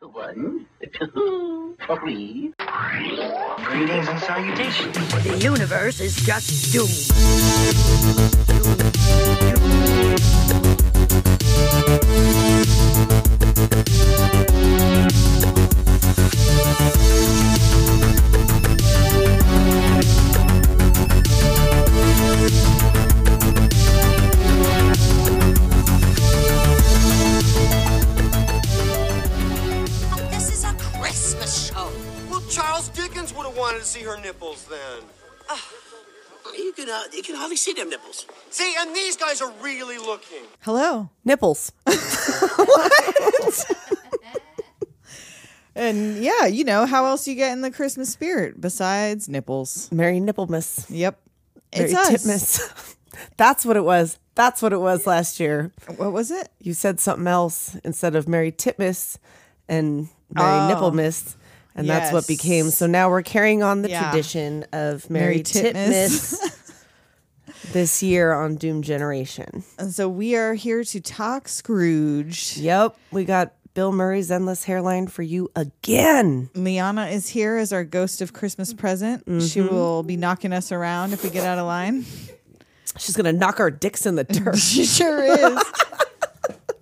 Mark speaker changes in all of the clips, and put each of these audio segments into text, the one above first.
Speaker 1: One, two, three.
Speaker 2: Greetings and salutations.
Speaker 3: The universe is just doomed.
Speaker 4: This is a Christmas show.
Speaker 5: Well, Charles Dickens would have wanted to see her nipples then.
Speaker 1: Ah, You can, uh, you can hardly see them nipples.
Speaker 5: See, and these guys are really looking.
Speaker 6: Hello, nipples. and yeah, you know how else you get in the Christmas spirit besides nipples?
Speaker 7: Mary Nipplemas.
Speaker 6: Yep,
Speaker 7: Mary
Speaker 6: it's us.
Speaker 7: Titmus. That's what it was. That's what it was last year.
Speaker 6: What was it?
Speaker 7: You said something else instead of Mary Titmus and Mary Nipplemas. And that's what became.
Speaker 6: Oh, Yes.
Speaker 7: So now we're carrying on the
Speaker 6: Yeah.
Speaker 7: tradition of Mary,
Speaker 6: Mary Titmus.
Speaker 7: Titmus this year on Doom Generation.
Speaker 6: And so we are here to talk Scrooge.
Speaker 7: Yep. We got Bill Murray's Endless Hairline for you again.
Speaker 6: Liana is here as our ghost of Christmas present. She
Speaker 7: Mm-hmm.
Speaker 6: will be knocking us around if we get out of line.
Speaker 7: She's going to knock our dicks in the dirt.
Speaker 6: She sure is.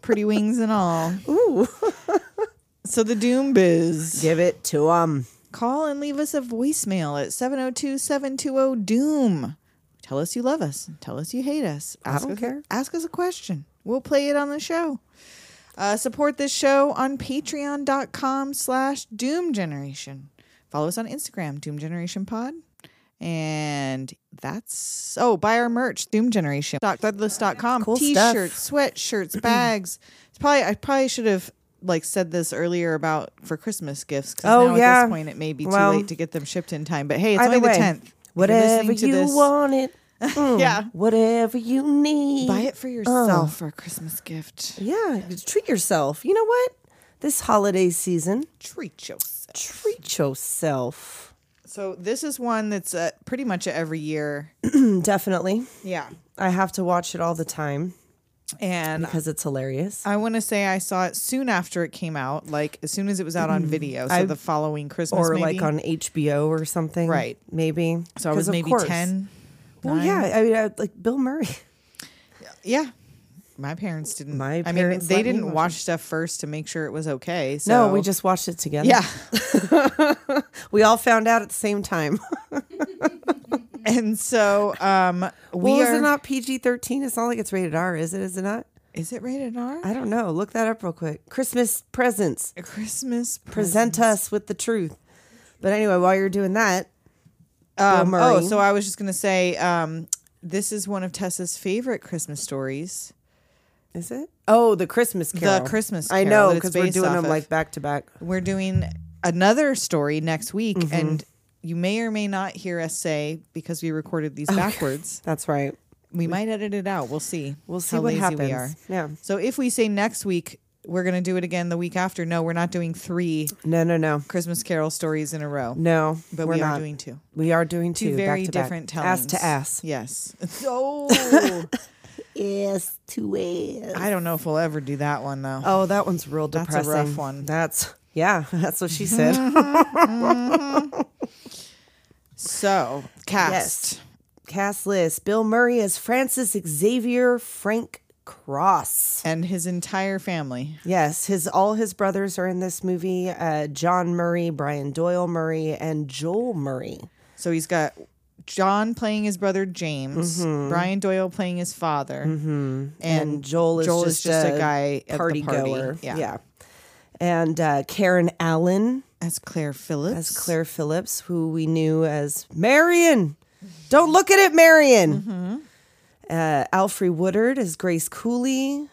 Speaker 6: Pretty wings and all. Ooh. so the Doom Biz.
Speaker 7: Give it to 'em.
Speaker 6: Call and leave us a voicemail at 702 720 Doom. Tell us you love us. Tell us you hate us. Ask
Speaker 7: don't
Speaker 6: us,
Speaker 7: care.
Speaker 6: Ask us a question. We'll play it on the show. Uh, support this show on patreon.com slash doom generation. Follow us on Instagram, Doom Generation Pod. And that's oh, buy our merch, Doom Generation. Douglas.com.
Speaker 7: Cool stuff.
Speaker 6: T-shirts, sweatshirts, bags. It's probably I probably should have like said this earlier about for Christmas gifts. 'cause
Speaker 7: Oh,
Speaker 6: now At
Speaker 7: yeah.
Speaker 6: this point, it may be too
Speaker 7: Well,
Speaker 6: late to get them shipped in time. But hey, it's
Speaker 7: Either
Speaker 6: only the
Speaker 7: way,
Speaker 6: tenth.
Speaker 7: Whatever you want it. Mm.
Speaker 6: Yeah. oh.
Speaker 7: Whatever you need.
Speaker 6: buy it for yourself for a Christmas gift.
Speaker 7: Yeah. Treat yourself. You know what? This holiday season,
Speaker 6: Treat yourself.
Speaker 7: treat yourself.
Speaker 6: So this is one that's uh, pretty much every year.
Speaker 7: Definitely.
Speaker 6: Yeah,
Speaker 7: I have to watch it all the time
Speaker 6: and
Speaker 7: because it's hilarious.
Speaker 6: I want to say I saw it soon after it came out, like as soon as it was out on video. So
Speaker 7: I-
Speaker 6: the following Christmas,
Speaker 7: Mm-hmm. Or
Speaker 6: maybe.
Speaker 7: like on HBO or something.
Speaker 6: Right.
Speaker 7: Maybe.
Speaker 6: So I
Speaker 7: 'Cause
Speaker 6: was
Speaker 7: of
Speaker 6: maybe
Speaker 7: course.
Speaker 6: ten.
Speaker 7: Well,
Speaker 6: nine.
Speaker 7: yeah. I mean, I, like Bill Murray.
Speaker 6: Yeah. My parents didn't.
Speaker 7: My
Speaker 6: I mean,
Speaker 7: parents
Speaker 6: they
Speaker 7: let me
Speaker 6: didn't
Speaker 7: watch
Speaker 6: watch stuff first to make sure it was okay. So.
Speaker 7: No, we just watched it together.
Speaker 6: Yeah.
Speaker 7: We all found out at the same time.
Speaker 6: And so um, we
Speaker 7: well,
Speaker 6: are.
Speaker 7: is it not PG 13? It's not like it's rated R, is it? Is it not?
Speaker 6: is it rated R?
Speaker 7: I don't know. Look that up real quick. Christmas presents.
Speaker 6: Christmas
Speaker 7: Present us with the truth. But anyway, while you're doing that, Bill
Speaker 6: Um, oh,
Speaker 7: Murray.
Speaker 6: so I was just gonna say um, this is one of Tessa's favorite Christmas stories.
Speaker 7: is it? Oh, the Christmas Carol.
Speaker 6: Christmas
Speaker 7: I
Speaker 6: Carol
Speaker 7: know
Speaker 6: that it's
Speaker 7: because we're
Speaker 6: based
Speaker 7: doing
Speaker 6: off
Speaker 7: them
Speaker 6: of.
Speaker 7: like back to back.
Speaker 6: We're doing another story next week,
Speaker 7: Mm-hmm.
Speaker 6: and you may or may not hear us say because we recorded these backwards.
Speaker 7: That's right.
Speaker 6: We might edit it out. We'll see.
Speaker 7: We'll see
Speaker 6: how
Speaker 7: what
Speaker 6: lazy
Speaker 7: happens.
Speaker 6: We are.
Speaker 7: Yeah.
Speaker 6: So if we say next week we're gonna do it again the week after, no, we're not doing three
Speaker 7: No, no, no,
Speaker 6: Christmas Carol stories in a row.
Speaker 7: no.
Speaker 6: but
Speaker 7: we're
Speaker 6: we are
Speaker 7: not.
Speaker 6: doing two.
Speaker 7: We are doing
Speaker 6: Two
Speaker 7: two,
Speaker 6: very
Speaker 7: back to
Speaker 6: different
Speaker 7: back.
Speaker 6: tellings.
Speaker 7: Ass to ass.
Speaker 6: Yes. Oh,
Speaker 7: Ass to ass.
Speaker 6: I don't know if we'll ever do that one though.
Speaker 7: Oh, that one's real
Speaker 6: That's a
Speaker 7: depressing.
Speaker 6: rough one.
Speaker 7: That's yeah. That's what she said.
Speaker 6: So cast.
Speaker 7: Cast list: Bill Murray as Francis Xavier Frank Cross.
Speaker 6: and his entire family.
Speaker 7: Yes, his all his brothers are in this movie: uh, John Murray, Brian Doyle Murray, and Joel Murray.
Speaker 6: So he's got John playing his brother James, Brian Doyle playing his father, and,
Speaker 7: Mm-hmm. And Joel is just
Speaker 6: a,
Speaker 7: a
Speaker 6: guy at
Speaker 7: Party,
Speaker 6: the party.
Speaker 7: goer,
Speaker 6: Yeah.
Speaker 7: And uh, Karen Allen
Speaker 6: as Claire Phillips.
Speaker 7: as Claire Phillips, who we knew as Marion. Don't look at it, Marion.
Speaker 6: Mm-hmm.
Speaker 7: Uh, Alfre Woodard as Grace Cooley.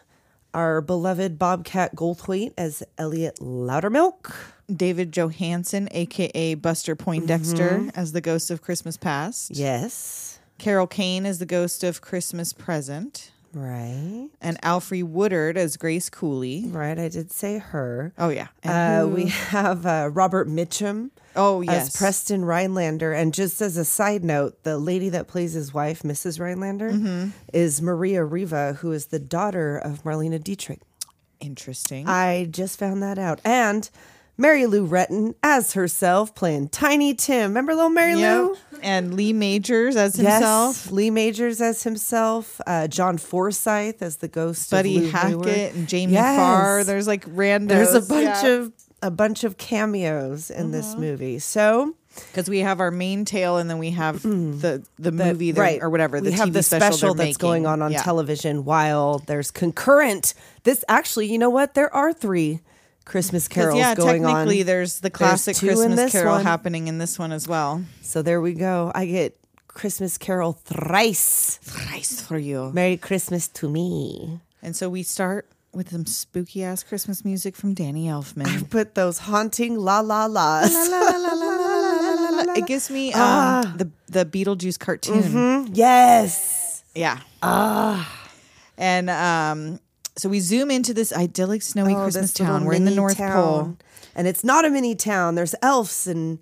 Speaker 7: Our beloved Bobcat Goldthwait as Elliot Loudermilk.
Speaker 6: David Johansen, aka Buster Poindexter,
Speaker 7: Mm-hmm.
Speaker 6: as the ghost of Christmas Past.
Speaker 7: Yes,
Speaker 6: Carol Kane as the ghost of Christmas Present,
Speaker 7: right,
Speaker 6: and Alfre Woodard as Grace Cooley.
Speaker 7: right. I did say her.
Speaker 6: Oh yeah. And
Speaker 7: Uh,
Speaker 6: who-
Speaker 7: we have uh, Robert Mitchum
Speaker 6: oh yes.
Speaker 7: as Preston Rhinelander. And just as a side note, the lady that plays his wife,
Speaker 6: Mm-hmm.
Speaker 7: Mrs. Rhinelander, is Maria Riva, who is the daughter of Marlena Dietrich.
Speaker 6: Interesting.
Speaker 7: I just found that out. And Mary Lou Retton as herself playing Tiny Tim. Remember little Mary Lou?
Speaker 6: Yep. And Lee Majors as himself.
Speaker 7: Yes. Lee Majors as himself. Uh, John Forsyth as the ghost
Speaker 6: Buddy
Speaker 7: of Lou
Speaker 6: Hackett
Speaker 7: Hayward.
Speaker 6: and Jamie
Speaker 7: Yes.
Speaker 6: Farr. There's like randos.
Speaker 7: There's a bunch of a bunch of cameos in
Speaker 6: Mm-hmm.
Speaker 7: this movie. So
Speaker 6: because we have our main tale and then we have the the movie that,
Speaker 7: Hmm. right
Speaker 6: or whatever. The
Speaker 7: we have
Speaker 6: TV
Speaker 7: the
Speaker 6: special,
Speaker 7: special,
Speaker 6: they're
Speaker 7: that's going
Speaker 6: making.
Speaker 7: on on
Speaker 6: Yeah.
Speaker 7: television while there's concurrent. This actually, you know what? There are three Christmas
Speaker 6: 'Cause,
Speaker 7: carols
Speaker 6: yeah,
Speaker 7: going on.
Speaker 6: technically, there's the classic
Speaker 7: two in
Speaker 6: Christmas
Speaker 7: this
Speaker 6: Carol
Speaker 7: one.
Speaker 6: happening in this one as well.
Speaker 7: So there we go. I get Christmas Carol thrice.
Speaker 6: Christ for you.
Speaker 7: Merry Christmas to me.
Speaker 6: And so we start with some spooky ass Christmas music from Danny Elfman.
Speaker 7: Put those haunting la la las.
Speaker 6: it gives me um,
Speaker 7: Ah.
Speaker 6: the the Beetlejuice cartoon.
Speaker 7: Mm-hmm. Yes.
Speaker 6: Yeah. Ah. And um, so we zoom into this idyllic snowy
Speaker 7: Oh,
Speaker 6: Christmas
Speaker 7: this little
Speaker 6: town. We're in the
Speaker 7: mini
Speaker 6: North Pole.
Speaker 7: town. And it's not a mini town. There's elves and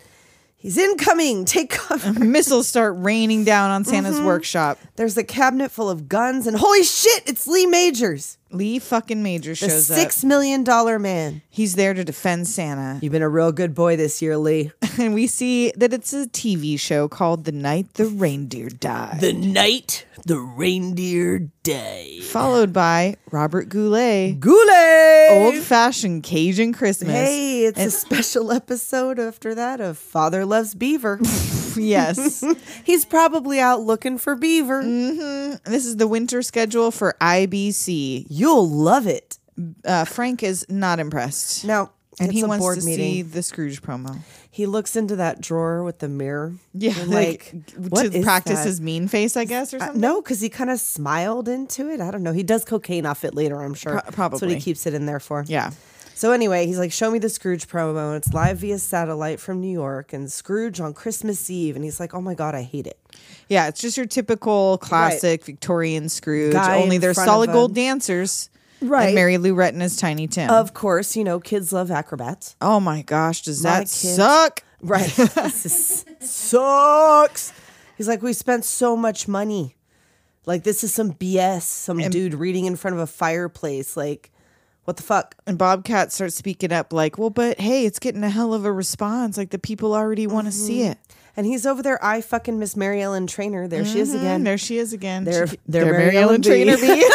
Speaker 7: he's incoming. Take cover.
Speaker 6: Missiles start raining down on Santa's
Speaker 7: Mm-hmm.
Speaker 6: workshop.
Speaker 7: There's a cabinet full of guns and holy shit, it's Lee Majors.
Speaker 6: Lee fucking Major
Speaker 7: The
Speaker 6: shows up.
Speaker 7: six million dollar man.
Speaker 6: He's there to defend Santa.
Speaker 7: You've been a real good boy this year, Lee.
Speaker 6: And we see that it's a TV show called The Night the Reindeer Died,
Speaker 1: The night the reindeer day.
Speaker 6: followed by Robert Goulet,
Speaker 7: Goulet.
Speaker 6: Old Fashioned Cajun Christmas.
Speaker 7: Oh, Hey, it's a
Speaker 6: And-
Speaker 7: special episode after that of Father Loves Beaver.
Speaker 6: yes.
Speaker 7: He's probably out looking for beaver.
Speaker 6: this is the winter schedule for IBC.
Speaker 7: You'll love it.
Speaker 6: Uh, Frank is not impressed.
Speaker 7: Now,
Speaker 6: and
Speaker 7: it's
Speaker 6: he
Speaker 7: a
Speaker 6: wants
Speaker 7: board
Speaker 6: to
Speaker 7: meeting.
Speaker 6: see the Scrooge promo.
Speaker 7: He looks into that drawer with the mirror.
Speaker 6: Yeah,
Speaker 7: and
Speaker 6: like,
Speaker 7: like,
Speaker 6: g-
Speaker 7: what
Speaker 6: to
Speaker 7: is
Speaker 6: practice
Speaker 7: that?
Speaker 6: his mean face, I guess, or
Speaker 7: Uh,
Speaker 6: something.
Speaker 7: no, because he kind of smiled into it. I don't know. He does cocaine off it later, I'm sure.
Speaker 6: Pro-
Speaker 7: That's what
Speaker 6: probably.
Speaker 7: he keeps it in there for.
Speaker 6: Yeah.
Speaker 7: So anyway, he's like, "Show me the Scrooge promo." And it's live via satellite from New York, and Scrooge on Christmas Eve. And he's like, "Oh my god, I hate it."
Speaker 6: Yeah, it's just your typical classic Victorian Scrooge.
Speaker 7: Guy in
Speaker 6: only there's
Speaker 7: front of
Speaker 6: solid gold
Speaker 7: a-
Speaker 6: dancers.
Speaker 7: Right.
Speaker 6: And Mary Lou Retton is Tiny Tim.
Speaker 7: Of course, you know, kids love acrobats.
Speaker 6: oh my gosh, does
Speaker 7: My
Speaker 6: that
Speaker 7: kids-
Speaker 6: suck?
Speaker 7: Right. This is- sucks. He's like, we spent so much money. Like, this is some BS. Some dude reading in front of a fireplace. Like, what the fuck?
Speaker 6: And Bobcat starts speaking up like, well, but hey, it's getting a hell of a response. Like the people already want to
Speaker 7: Mm-hmm.
Speaker 6: see it.
Speaker 7: And he's over there. I fucking miss Mary Ellen Trainer. There she is
Speaker 6: And
Speaker 7: again.
Speaker 6: Mm-hmm. there she is again.
Speaker 7: There,
Speaker 6: She-
Speaker 7: there,
Speaker 6: there
Speaker 7: Mary Ellen Trainer.
Speaker 6: Trainor be.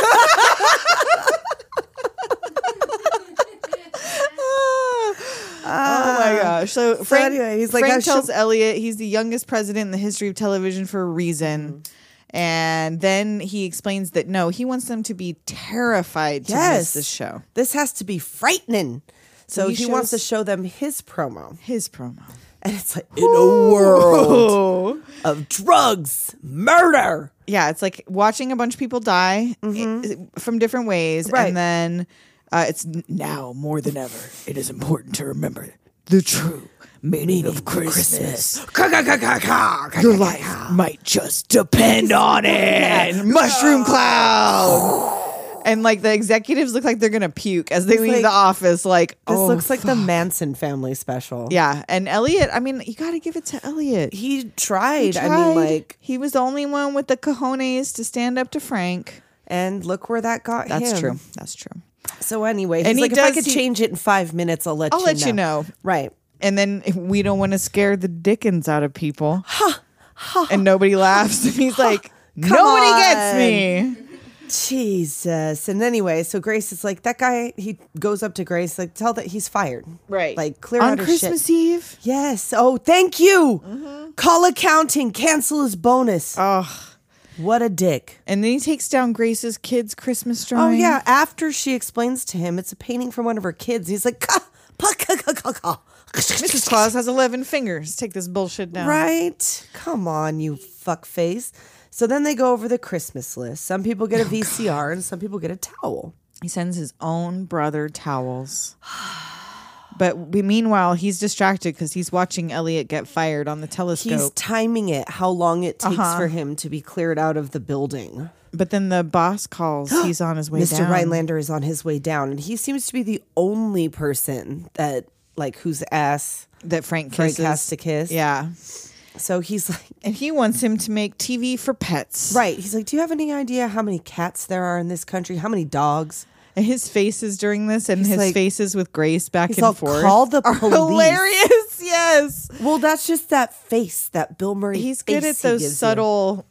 Speaker 6: Oh my gosh! So, Frank,
Speaker 7: Um, anyway, he's like, I
Speaker 6: Frank
Speaker 7: should-
Speaker 6: tells Elliot he's the youngest president in the history of television for a reason,
Speaker 7: Mm-hmm.
Speaker 6: and then he explains that no, he wants them to be terrified to miss
Speaker 7: yes,
Speaker 6: this show,
Speaker 7: This has to be frightening. So,
Speaker 6: he
Speaker 7: he, wants to
Speaker 6: shows-
Speaker 7: show them his promo,
Speaker 6: his promo.
Speaker 7: and it's like in a world of drugs, murder.
Speaker 6: Yeah, it's like watching a bunch of people die i- from different ways,
Speaker 7: Mm-hmm. Right.
Speaker 6: and then uh, it's n- now more than ever. It is important to remember the true meaning of Christmas. Your life might just depend on it. Mushroom cloud. And like the executives look like they're gonna puke as they leave
Speaker 7: like-
Speaker 6: the office. Like
Speaker 7: This
Speaker 6: oh,
Speaker 7: looks like the Manson family special.
Speaker 6: yeah. And Elliot, I mean, you got to give it to Elliot.
Speaker 7: He tried. I mean,
Speaker 6: Tried.
Speaker 7: like,
Speaker 6: he was the only one with the cojones to stand up to Frank.
Speaker 7: and look where that got
Speaker 6: That's
Speaker 7: him.
Speaker 6: true. That's true.
Speaker 7: So anyway, he's
Speaker 6: And he
Speaker 7: like, if I could
Speaker 6: does- he-
Speaker 7: change it in five minutes, I'll let
Speaker 6: I'll
Speaker 7: you
Speaker 6: let
Speaker 7: know.
Speaker 6: you know.
Speaker 7: Right.
Speaker 6: And then we don't want to scare the dickens out of people. and nobody laughs. And he's like,
Speaker 7: Come
Speaker 6: nobody
Speaker 7: on."
Speaker 6: gets me.
Speaker 7: Jesus. And anyway, so Grace is like, that guy, he goes up to Grace, like, tell that he's fired.
Speaker 6: Right.
Speaker 7: Like, clear
Speaker 6: On
Speaker 7: out her
Speaker 6: Christmas
Speaker 7: shit.
Speaker 6: Eve.
Speaker 7: Yes. Oh, thank you.
Speaker 6: Mm-hmm.
Speaker 7: Call accounting. Cancel his bonus.
Speaker 6: Oh.
Speaker 7: What a dick.
Speaker 6: And then he takes down Grace's kids' Christmas
Speaker 7: Oh,
Speaker 6: drawing.
Speaker 7: yeah. After she explains to him, it's a painting from one of her kids. He's like, "Ca- pa- ca- ca- ca- ca."
Speaker 6: Mrs. Claus has 11 fingers. Take this bullshit down.
Speaker 7: Right? Come on, you fuckface. So then they go over the Christmas list. Some people get a
Speaker 6: Oh,
Speaker 7: VCR and some people get a towel.
Speaker 6: He sends his own brother towels. But we- meanwhile, he's distracted because he's watching Elliot get fired on the telescope.
Speaker 7: He's timing it, how long it takes
Speaker 6: Uh-huh.
Speaker 7: for him to be cleared out of the building.
Speaker 6: but then the boss calls. he's on his way
Speaker 7: Mr.
Speaker 6: down.
Speaker 7: Rhinelander is on his way down, and he seems to be the only person that, like, whose ass
Speaker 6: that Frank
Speaker 7: Frank
Speaker 6: kisses.
Speaker 7: has to kiss.
Speaker 6: Yeah.
Speaker 7: So he's like,
Speaker 6: And he wants him to make TV for pets.
Speaker 7: right. He's like, Do you have any idea how many cats there are in this country? How many dogs?
Speaker 6: His faces during this and his
Speaker 7: like-
Speaker 6: faces with Grace back
Speaker 7: He's
Speaker 6: and
Speaker 7: all,
Speaker 6: forth
Speaker 7: "Call the
Speaker 6: are
Speaker 7: police."
Speaker 6: hilarious. Yes,
Speaker 7: Well, that's just that face, that Bill Murray.
Speaker 6: he's good
Speaker 7: face
Speaker 6: at
Speaker 7: he gives
Speaker 6: those
Speaker 7: you.
Speaker 6: subtle,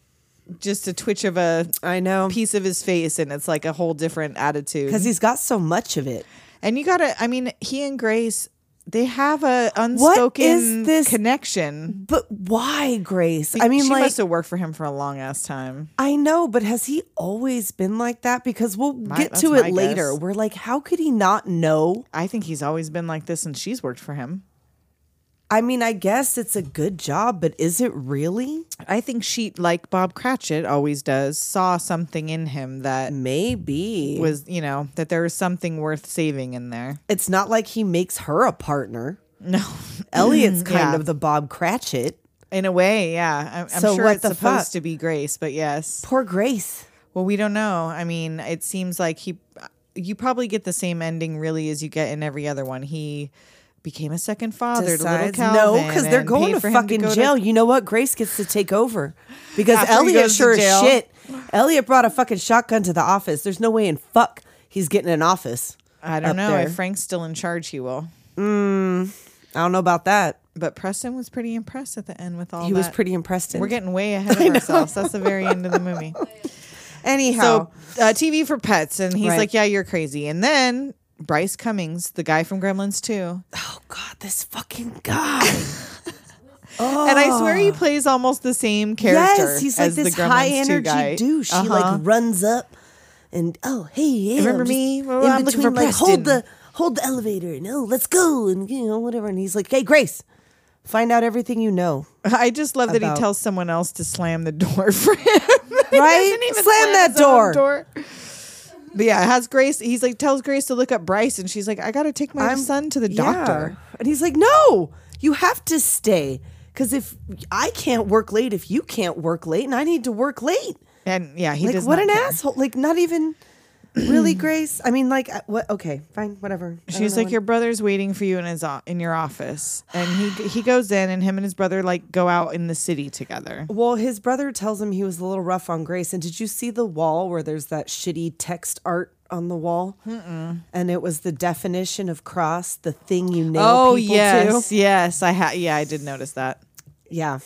Speaker 6: just a twitch of a
Speaker 7: I know
Speaker 6: piece of his face, and it's like a whole different attitude.
Speaker 7: because he's got so much of it.
Speaker 6: and you gotta, I mean, he and Grace, they have a
Speaker 7: is
Speaker 6: unspoken
Speaker 7: this-
Speaker 6: connection.
Speaker 7: But why, Grace? I mean,
Speaker 6: she
Speaker 7: like
Speaker 6: must have worked for him for a long ass time.
Speaker 7: I know, but has he always been like that? Because we'll get
Speaker 6: that's
Speaker 7: to
Speaker 6: my
Speaker 7: it later.
Speaker 6: guess.
Speaker 7: We're like, how could he not know?
Speaker 6: I think he's always been like this, and she's worked for him.
Speaker 7: I mean, I guess it's a good job, but is it really?
Speaker 6: I think she, like Bob Cratchit always does, saw something in him that
Speaker 7: Mm. Maybe
Speaker 6: was, you know, that there was something worth saving in there.
Speaker 7: it's not like he makes her a partner.
Speaker 6: No,
Speaker 7: Elliot's kind
Speaker 6: Yeah.
Speaker 7: of the Bob Cratchit.
Speaker 6: in a way, yeah. I'm, I'm
Speaker 7: So
Speaker 6: sure
Speaker 7: what
Speaker 6: it's
Speaker 7: the
Speaker 6: supposed
Speaker 7: fuck?
Speaker 6: to be Grace, but yes.
Speaker 7: Poor Grace.
Speaker 6: Well, we don't know. I mean, it seems like he, you probably get the same ending really as you get in every other one. He became a second father
Speaker 7: decides
Speaker 6: to Oh, little Calvin.
Speaker 7: no because they're
Speaker 6: and
Speaker 7: going
Speaker 6: paid
Speaker 7: to
Speaker 6: for him
Speaker 7: fucking
Speaker 6: go to-
Speaker 7: jail. You know what? Grace gets to take over because
Speaker 6: After he
Speaker 7: Elliot
Speaker 6: goes to
Speaker 7: sure as
Speaker 6: jail.
Speaker 7: shit. Elliot brought a fucking shotgun to the office. There's no way in fuck he's getting an office.
Speaker 6: I don't
Speaker 7: up
Speaker 6: know.
Speaker 7: there.
Speaker 6: If Frank's still in charge, he will.
Speaker 7: I don't know about that.
Speaker 6: But Preston was pretty impressed at the end with all
Speaker 7: he was
Speaker 6: that.
Speaker 7: pretty impressed.
Speaker 6: We're getting way ahead of ourselves. That's the very end of the movie.
Speaker 7: anyhow.
Speaker 6: So, uh, TV for pets, and he's
Speaker 7: Right.
Speaker 6: like, "Yeah, you're crazy." And then Bryce Cummings, the guy from Gremlins 2,
Speaker 7: oh God, this fucking guy.
Speaker 6: and I swear he plays almost the same character.
Speaker 7: Oh. yes, he's like
Speaker 6: as the
Speaker 7: this
Speaker 6: Gremlins
Speaker 7: high
Speaker 6: 2
Speaker 7: energy
Speaker 6: guy.
Speaker 7: douche. He
Speaker 6: Uh-huh.
Speaker 7: like runs up and oh hey, yeah,
Speaker 6: Remember
Speaker 7: just
Speaker 6: me? Well,
Speaker 7: in
Speaker 6: I'm looking for
Speaker 7: between, like hold the
Speaker 6: Preston.
Speaker 7: hold the elevator and oh let's go and you know whatever. And he's like, hey Grace, find out everything you know.
Speaker 6: I just love that
Speaker 7: about-
Speaker 6: he tells someone else to slam the door for him. He
Speaker 7: Right?
Speaker 6: doesn't
Speaker 7: Slam
Speaker 6: even slam
Speaker 7: that
Speaker 6: his own
Speaker 7: door.
Speaker 6: door. But yeah, it has Grace. He's like tells Grace to look up Bryce, and she's like, "I got to take my
Speaker 7: I'm-
Speaker 6: son to the
Speaker 7: Yeah.
Speaker 6: doctor."
Speaker 7: And he's like, no, you have to stay. Because if I can't work late, if you can't work late, and I need to work late.
Speaker 6: And yeah, he
Speaker 7: like,
Speaker 6: does.
Speaker 7: what
Speaker 6: not
Speaker 7: an
Speaker 6: care.
Speaker 7: asshole. Like, not even really, Grace. I mean, like, uh, what? Okay, fine, whatever. I
Speaker 6: She
Speaker 7: don't
Speaker 6: was
Speaker 7: know
Speaker 6: like,
Speaker 7: what-
Speaker 6: "Your brother's waiting for you in his o- in your office," and he he goes in, and him and his brother like go out in the city together.
Speaker 7: Well, his brother tells him he was a little rough on Grace. And did you see the wall where there's that shitty text art on the wall? Mm-mm. And it was the definition of cross, the thing you nail people to.
Speaker 6: Oh, yes, yes, I ha- yeah, I did notice that.
Speaker 7: Yeah.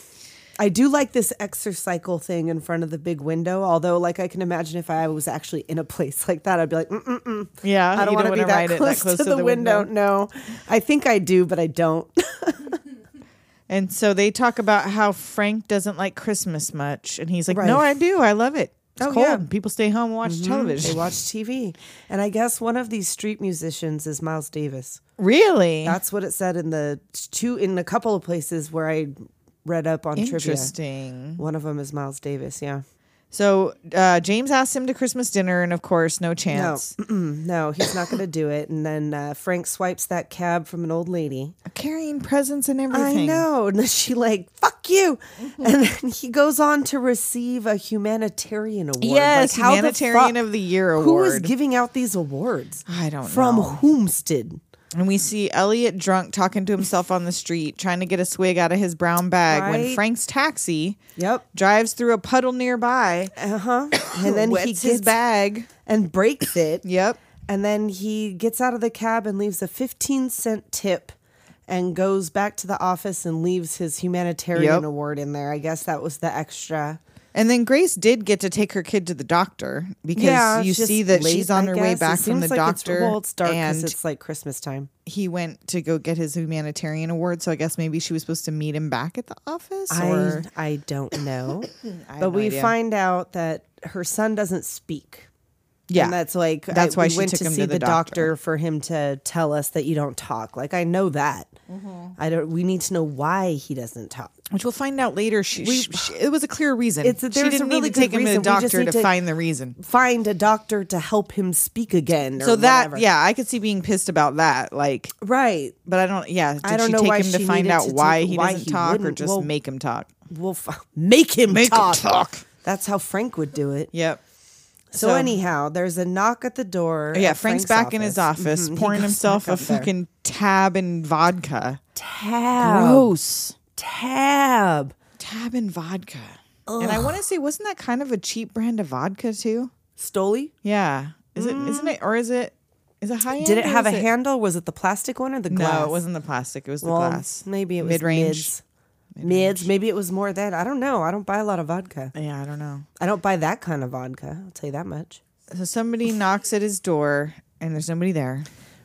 Speaker 7: I do like this exercycle thing in front of the big window. Although, like, I can imagine if I was actually in a place like that, I'd be like, Mm-mm-mm.
Speaker 6: Yeah,
Speaker 7: I don't
Speaker 6: you
Speaker 7: want to be
Speaker 6: wanna
Speaker 7: that
Speaker 6: ride it
Speaker 7: close, to, the, window. No, I think I do, but I don't.
Speaker 6: And so they talk about how Frank doesn't like Christmas much, and he's like, "No,
Speaker 7: Right.
Speaker 6: I do. I love it. It's
Speaker 7: Oh,
Speaker 6: cold.
Speaker 7: yeah. Mm-hmm.
Speaker 6: People stay home and watch
Speaker 7: they
Speaker 6: television.
Speaker 7: watch TV, and I guess one of these street musicians is Miles Davis.
Speaker 6: really
Speaker 7: That's what it said in the two in a couple of places where I read up on trivia.
Speaker 6: interesting."
Speaker 7: One of them is Miles Davis. Yeah.
Speaker 6: So uh, James asks him to Christmas dinner, and of course, no chance.
Speaker 7: No, he's not going to do it. And then uh, Frank swipes that cab from an old lady.
Speaker 6: Carrying presents and
Speaker 7: I
Speaker 6: everything. Mm-hmm.
Speaker 7: know. And then she like, fuck you. And then he goes on to receive a humanitarian award.
Speaker 6: Yes,
Speaker 7: like, how
Speaker 6: Humanitarian
Speaker 7: the fuck-
Speaker 6: of the Year
Speaker 7: Who is
Speaker 6: award.
Speaker 7: giving out these awards?
Speaker 6: I don't
Speaker 7: From
Speaker 6: know.
Speaker 7: whomstead?
Speaker 6: And we see Elliot drunk talking to himself on the street, trying to get a swig out of his brown bag
Speaker 7: Right.
Speaker 6: when Frank's taxi
Speaker 7: Yep.
Speaker 6: drives through a puddle nearby,
Speaker 7: Uh-huh. And then
Speaker 6: wets
Speaker 7: he
Speaker 6: his
Speaker 7: gets back
Speaker 6: bag.
Speaker 7: and breaks it.
Speaker 6: Yep.
Speaker 7: And then he gets out of the cab and leaves a 15 cent tip and goes back to the office and leaves his humanitarian
Speaker 6: Yep.
Speaker 7: award in there. I guess that was the extra.
Speaker 6: And then Grace did get to take her kid to the doctor because you
Speaker 7: it's just
Speaker 6: see that
Speaker 7: late,
Speaker 6: she's on
Speaker 7: I
Speaker 6: her way
Speaker 7: guess. It
Speaker 6: back from the
Speaker 7: seems like it's-
Speaker 6: doctor.
Speaker 7: well, it's dark 'cause
Speaker 6: and
Speaker 7: it's like Christmas time.
Speaker 6: he went to go get his humanitarian award. So I guess maybe she was supposed to meet him back at the office.
Speaker 7: I
Speaker 6: Or
Speaker 7: I don't know,
Speaker 6: I have
Speaker 7: but
Speaker 6: no
Speaker 7: we
Speaker 6: idea.
Speaker 7: find out that her son doesn't speak.
Speaker 6: yeah,
Speaker 7: and that's like I-
Speaker 6: That's why
Speaker 7: we
Speaker 6: she
Speaker 7: went
Speaker 6: took
Speaker 7: to
Speaker 6: him to
Speaker 7: see
Speaker 6: the
Speaker 7: the
Speaker 6: doctor.
Speaker 7: doctor for him to tell us that you don't talk. Like I know that. I don't. We need to know why he doesn't talk.
Speaker 6: which we'll find out later. She, she- she- it was a clear reason.
Speaker 7: It's-
Speaker 6: she
Speaker 7: there's a
Speaker 6: didn't
Speaker 7: really
Speaker 6: need to take
Speaker 7: good
Speaker 6: him to the
Speaker 7: reason. We just
Speaker 6: doctor
Speaker 7: need
Speaker 6: to,
Speaker 7: to-
Speaker 6: find the reason.
Speaker 7: Find a doctor to help him speak again. Or
Speaker 6: So that
Speaker 7: whatever.
Speaker 6: yeah, I could see being pissed about that. Like,
Speaker 7: right.
Speaker 6: but I don't. Yeah, did
Speaker 7: I don't
Speaker 6: she
Speaker 7: know
Speaker 6: take
Speaker 7: why
Speaker 6: him to
Speaker 7: she
Speaker 6: find
Speaker 7: needed
Speaker 6: out
Speaker 7: to
Speaker 6: why
Speaker 7: take-
Speaker 6: he
Speaker 7: why
Speaker 6: doesn't
Speaker 7: he
Speaker 6: talk or
Speaker 7: wouldn't?
Speaker 6: just
Speaker 7: Well-
Speaker 6: make him talk?
Speaker 7: We'll f- make him
Speaker 6: Make him
Speaker 7: talk.
Speaker 6: talk.
Speaker 7: That's how Frank would do it.
Speaker 6: Yep.
Speaker 7: So,
Speaker 6: So-
Speaker 7: anyhow, there's a knock at the door.
Speaker 6: yeah,
Speaker 7: at
Speaker 6: Frank's, back in his office,
Speaker 7: Mhm, he
Speaker 6: pouring
Speaker 7: goes
Speaker 6: himself
Speaker 7: back
Speaker 6: a
Speaker 7: up there.
Speaker 6: fucking tab and vodka.
Speaker 7: tab.
Speaker 6: Gross.
Speaker 7: Tab.
Speaker 6: Tab and vodka. And I want to say, wasn't that kind of a cheap brand of vodka too?
Speaker 7: Stoli?
Speaker 6: Yeah. Is it? Isn't it? Or is it? Is it high end?
Speaker 7: Mm. Did it
Speaker 6: or
Speaker 7: have a
Speaker 6: is
Speaker 7: handle? Was it the plastic one or the glass?
Speaker 6: No, it wasn't the plastic. It was the
Speaker 7: Well,
Speaker 6: glass.
Speaker 7: maybe it was
Speaker 6: mid-range.
Speaker 7: mids. Mids. Maybe it was more that. I don't know. I don't buy a lot of vodka.
Speaker 6: Yeah, I don't know.
Speaker 7: I don't buy that kind of vodka. I'll tell you that much.
Speaker 6: So somebody knocks at his door, and there's nobody there.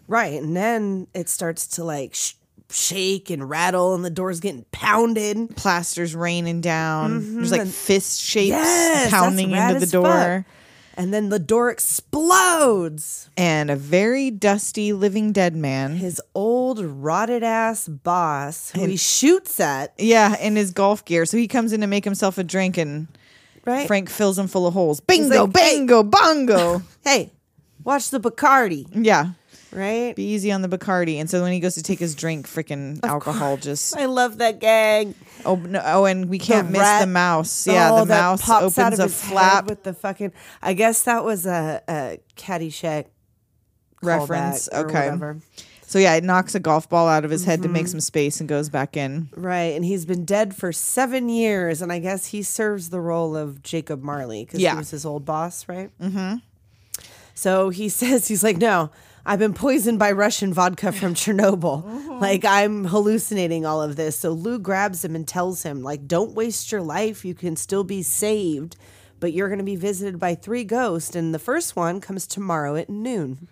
Speaker 7: Right, and then it starts to like sh- shake and rattle, and the door's getting pounded.
Speaker 6: Plasters raining down. There's like
Speaker 7: and-
Speaker 6: fist shapes
Speaker 7: Mm-hmm. Yes, that's
Speaker 6: pounding
Speaker 7: rad
Speaker 6: into the
Speaker 7: as fuck.
Speaker 6: door,
Speaker 7: And then the door explodes.
Speaker 6: and a very dusty living dead man.
Speaker 7: His old rotted ass boss, who he shoots at,
Speaker 6: Yeah, in his golf gear. So he comes in to make himself a drink, and
Speaker 7: right?
Speaker 6: Frank fills him full of holes. Bingo,
Speaker 7: like, "Hey."
Speaker 6: bango, bongo.
Speaker 7: Hey, watch the Bacardi,
Speaker 6: yeah.
Speaker 7: right?
Speaker 6: Be easy on the Bacardi. And so when he goes to take his drink, freaking alcohol just
Speaker 7: I love that gang.
Speaker 6: Oh, no, oh, and we can't miss the
Speaker 7: rat-
Speaker 6: mouse. Yeah,
Speaker 7: Oh,
Speaker 6: the
Speaker 7: that
Speaker 6: mouse
Speaker 7: pops
Speaker 6: opens
Speaker 7: out of
Speaker 6: a
Speaker 7: his head
Speaker 6: flap
Speaker 7: with the fucking. I guess that was a, a Caddyshack
Speaker 6: reference.
Speaker 7: callback or
Speaker 6: Okay.
Speaker 7: whatever. Mm-hmm.
Speaker 6: So, yeah, it knocks a golf ball out of his head to make some space and goes back in.
Speaker 7: Right, and he's been dead for seven years, and I guess he serves the role of Jacob Marley because
Speaker 6: Yeah.
Speaker 7: he was his old boss, right? Mm-hmm. So he says he's like, "No, I've been poisoned by Russian vodka from Chernobyl. Like I'm hallucinating all of this." So Lou grabs him and tells him, "Like, don't waste your life. You can still be saved, but you're going to be visited by three ghosts, and the first one comes tomorrow at noon."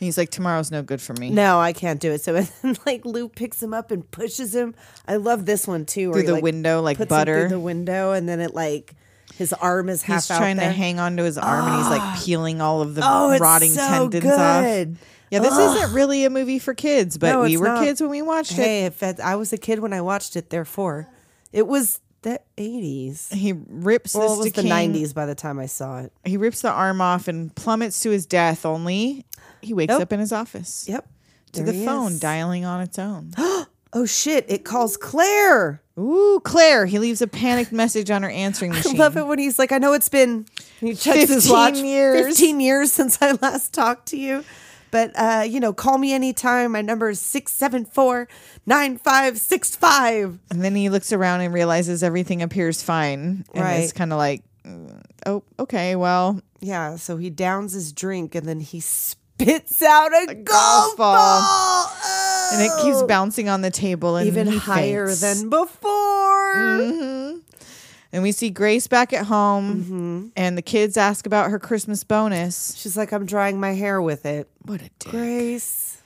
Speaker 6: He's like, tomorrow's no good for me.
Speaker 7: No, I can't do it. So and then, like Lou picks him up and pushes him. I love this one too. where
Speaker 6: Through
Speaker 7: he,
Speaker 6: the window, like
Speaker 7: puts him
Speaker 6: butter.
Speaker 7: through the window, and then it like his arm is half
Speaker 6: He's
Speaker 7: out
Speaker 6: trying
Speaker 7: there. Ah.
Speaker 6: to hang onto his arm and he's like peeling all of the
Speaker 7: Oh, it's
Speaker 6: rotting
Speaker 7: so
Speaker 6: tendons
Speaker 7: good.
Speaker 6: off. Yeah, this isn't really a movie for kids, but
Speaker 7: No,
Speaker 6: we
Speaker 7: it's
Speaker 6: were
Speaker 7: not.
Speaker 6: kids when we watched it.
Speaker 7: Oh, Hey, if it, I was a kid when I watched it, therefore, it was the eighties.
Speaker 6: He rips
Speaker 7: Well, it
Speaker 6: this
Speaker 7: was the
Speaker 6: decaying-
Speaker 7: nineties by the time I saw it.
Speaker 6: He rips the arm off and plummets to his death. Only he wakes
Speaker 7: Nope.
Speaker 6: up in his office
Speaker 7: Yep.
Speaker 6: to
Speaker 7: There
Speaker 6: the
Speaker 7: he
Speaker 6: phone
Speaker 7: is.
Speaker 6: dialing on its own.
Speaker 7: Oh shit! It calls Claire.
Speaker 6: Ooh, Claire. He leaves a panicked message on her answering
Speaker 7: I
Speaker 6: machine.
Speaker 7: love it when he's like, I know it's been he checks his
Speaker 6: 15
Speaker 7: watch,
Speaker 6: years.
Speaker 7: 15 years since I last talked to you. But, uh, you know, call me anytime. My number is 674 9565.
Speaker 6: And then he looks around and realizes everything appears fine. And
Speaker 7: Right.
Speaker 6: is kind of like, mm, oh, okay, well,
Speaker 7: Yeah, so he downs his drink and then he spits out a, golf
Speaker 6: golf
Speaker 7: ball.
Speaker 6: ball. and it keeps
Speaker 7: Oh.
Speaker 6: bouncing on the table and
Speaker 7: even
Speaker 6: he
Speaker 7: higher
Speaker 6: faints.
Speaker 7: than before.
Speaker 6: And we see Grace back at home,
Speaker 7: Mm-hmm.
Speaker 6: and the kids ask about her Christmas bonus.
Speaker 7: She's like, I'm drying my hair with it.
Speaker 6: What a dick.
Speaker 7: Grace.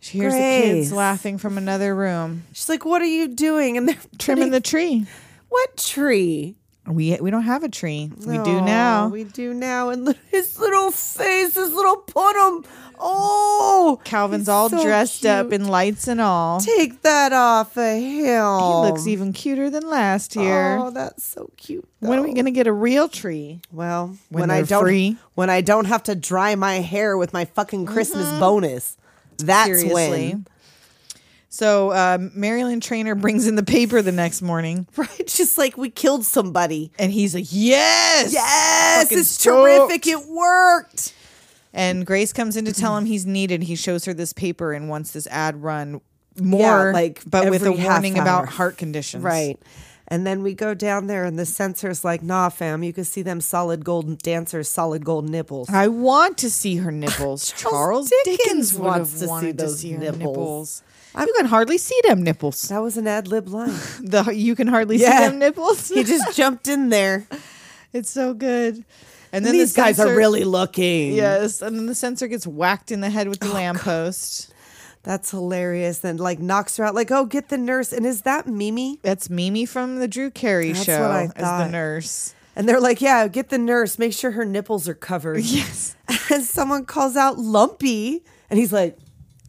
Speaker 6: She hears the
Speaker 7: Grace.
Speaker 6: kids laughing from another room,
Speaker 7: She's like, What are you doing? And they're
Speaker 6: trimming the tree.
Speaker 7: What tree?
Speaker 6: We we don't have a tree. We do now.
Speaker 7: Oh, We do now. And li- his little face, his little putum. Oh,
Speaker 6: Calvin's
Speaker 7: he's
Speaker 6: all
Speaker 7: so
Speaker 6: dressed up
Speaker 7: cute.
Speaker 6: in lights and all.
Speaker 7: Take that off of him.
Speaker 6: He looks even cuter than last year.
Speaker 7: Oh, that's so cute.
Speaker 6: when are we
Speaker 7: though.
Speaker 6: going to get a real tree?
Speaker 7: Well,
Speaker 6: When
Speaker 7: when, I
Speaker 6: they're
Speaker 7: don't
Speaker 6: free.
Speaker 7: when I don't have to dry my hair with my fucking Christmas bonus. That's
Speaker 6: Mm-hmm. Seriously.
Speaker 7: when.
Speaker 6: So uh, Marilyn Trainer brings in the paper the next morning,
Speaker 7: Right? Just like we killed somebody.
Speaker 6: and he's like, "Yes,
Speaker 7: Yes,
Speaker 6: Fucking
Speaker 7: it's
Speaker 6: stoked.
Speaker 7: terrific. It worked.
Speaker 6: And Grace comes in to tell him he's needed. He shows her this paper and wants this ad run more,
Speaker 7: like
Speaker 6: but with a
Speaker 7: every half
Speaker 6: warning about
Speaker 7: hour.
Speaker 6: heart conditions.
Speaker 7: Right. And then we go down there, and the sensor's like, nah, fam, you can see them solid gold dancers, solid gold nipples.
Speaker 6: I want to see her nipples. Charles, Dickens, would
Speaker 7: wants
Speaker 6: have
Speaker 7: to see
Speaker 6: wanted to
Speaker 7: those
Speaker 6: see her nipples.
Speaker 7: nipples.
Speaker 6: you can hardly see them nipples.
Speaker 7: That was an ad lib line.
Speaker 6: The you can hardly
Speaker 7: Yeah.
Speaker 6: see them nipples.
Speaker 7: he just jumped in there.
Speaker 6: it's so good. And then
Speaker 7: These
Speaker 6: the
Speaker 7: guys are
Speaker 6: censor-
Speaker 7: really looking.
Speaker 6: yes. And then the censor gets whacked in the head
Speaker 7: Oh,
Speaker 6: with the lamppost.
Speaker 7: That's hilarious. Then, like, knocks her out, like, oh, get the nurse. And is that Mimi?
Speaker 6: That's Mimi from the Drew Carey
Speaker 7: That's
Speaker 6: show
Speaker 7: what I
Speaker 6: as the
Speaker 7: thought.
Speaker 6: nurse.
Speaker 7: And they're like, yeah, get the nurse. Make sure her nipples are covered.
Speaker 6: Yes.
Speaker 7: and someone calls out Lumpy, and he's like,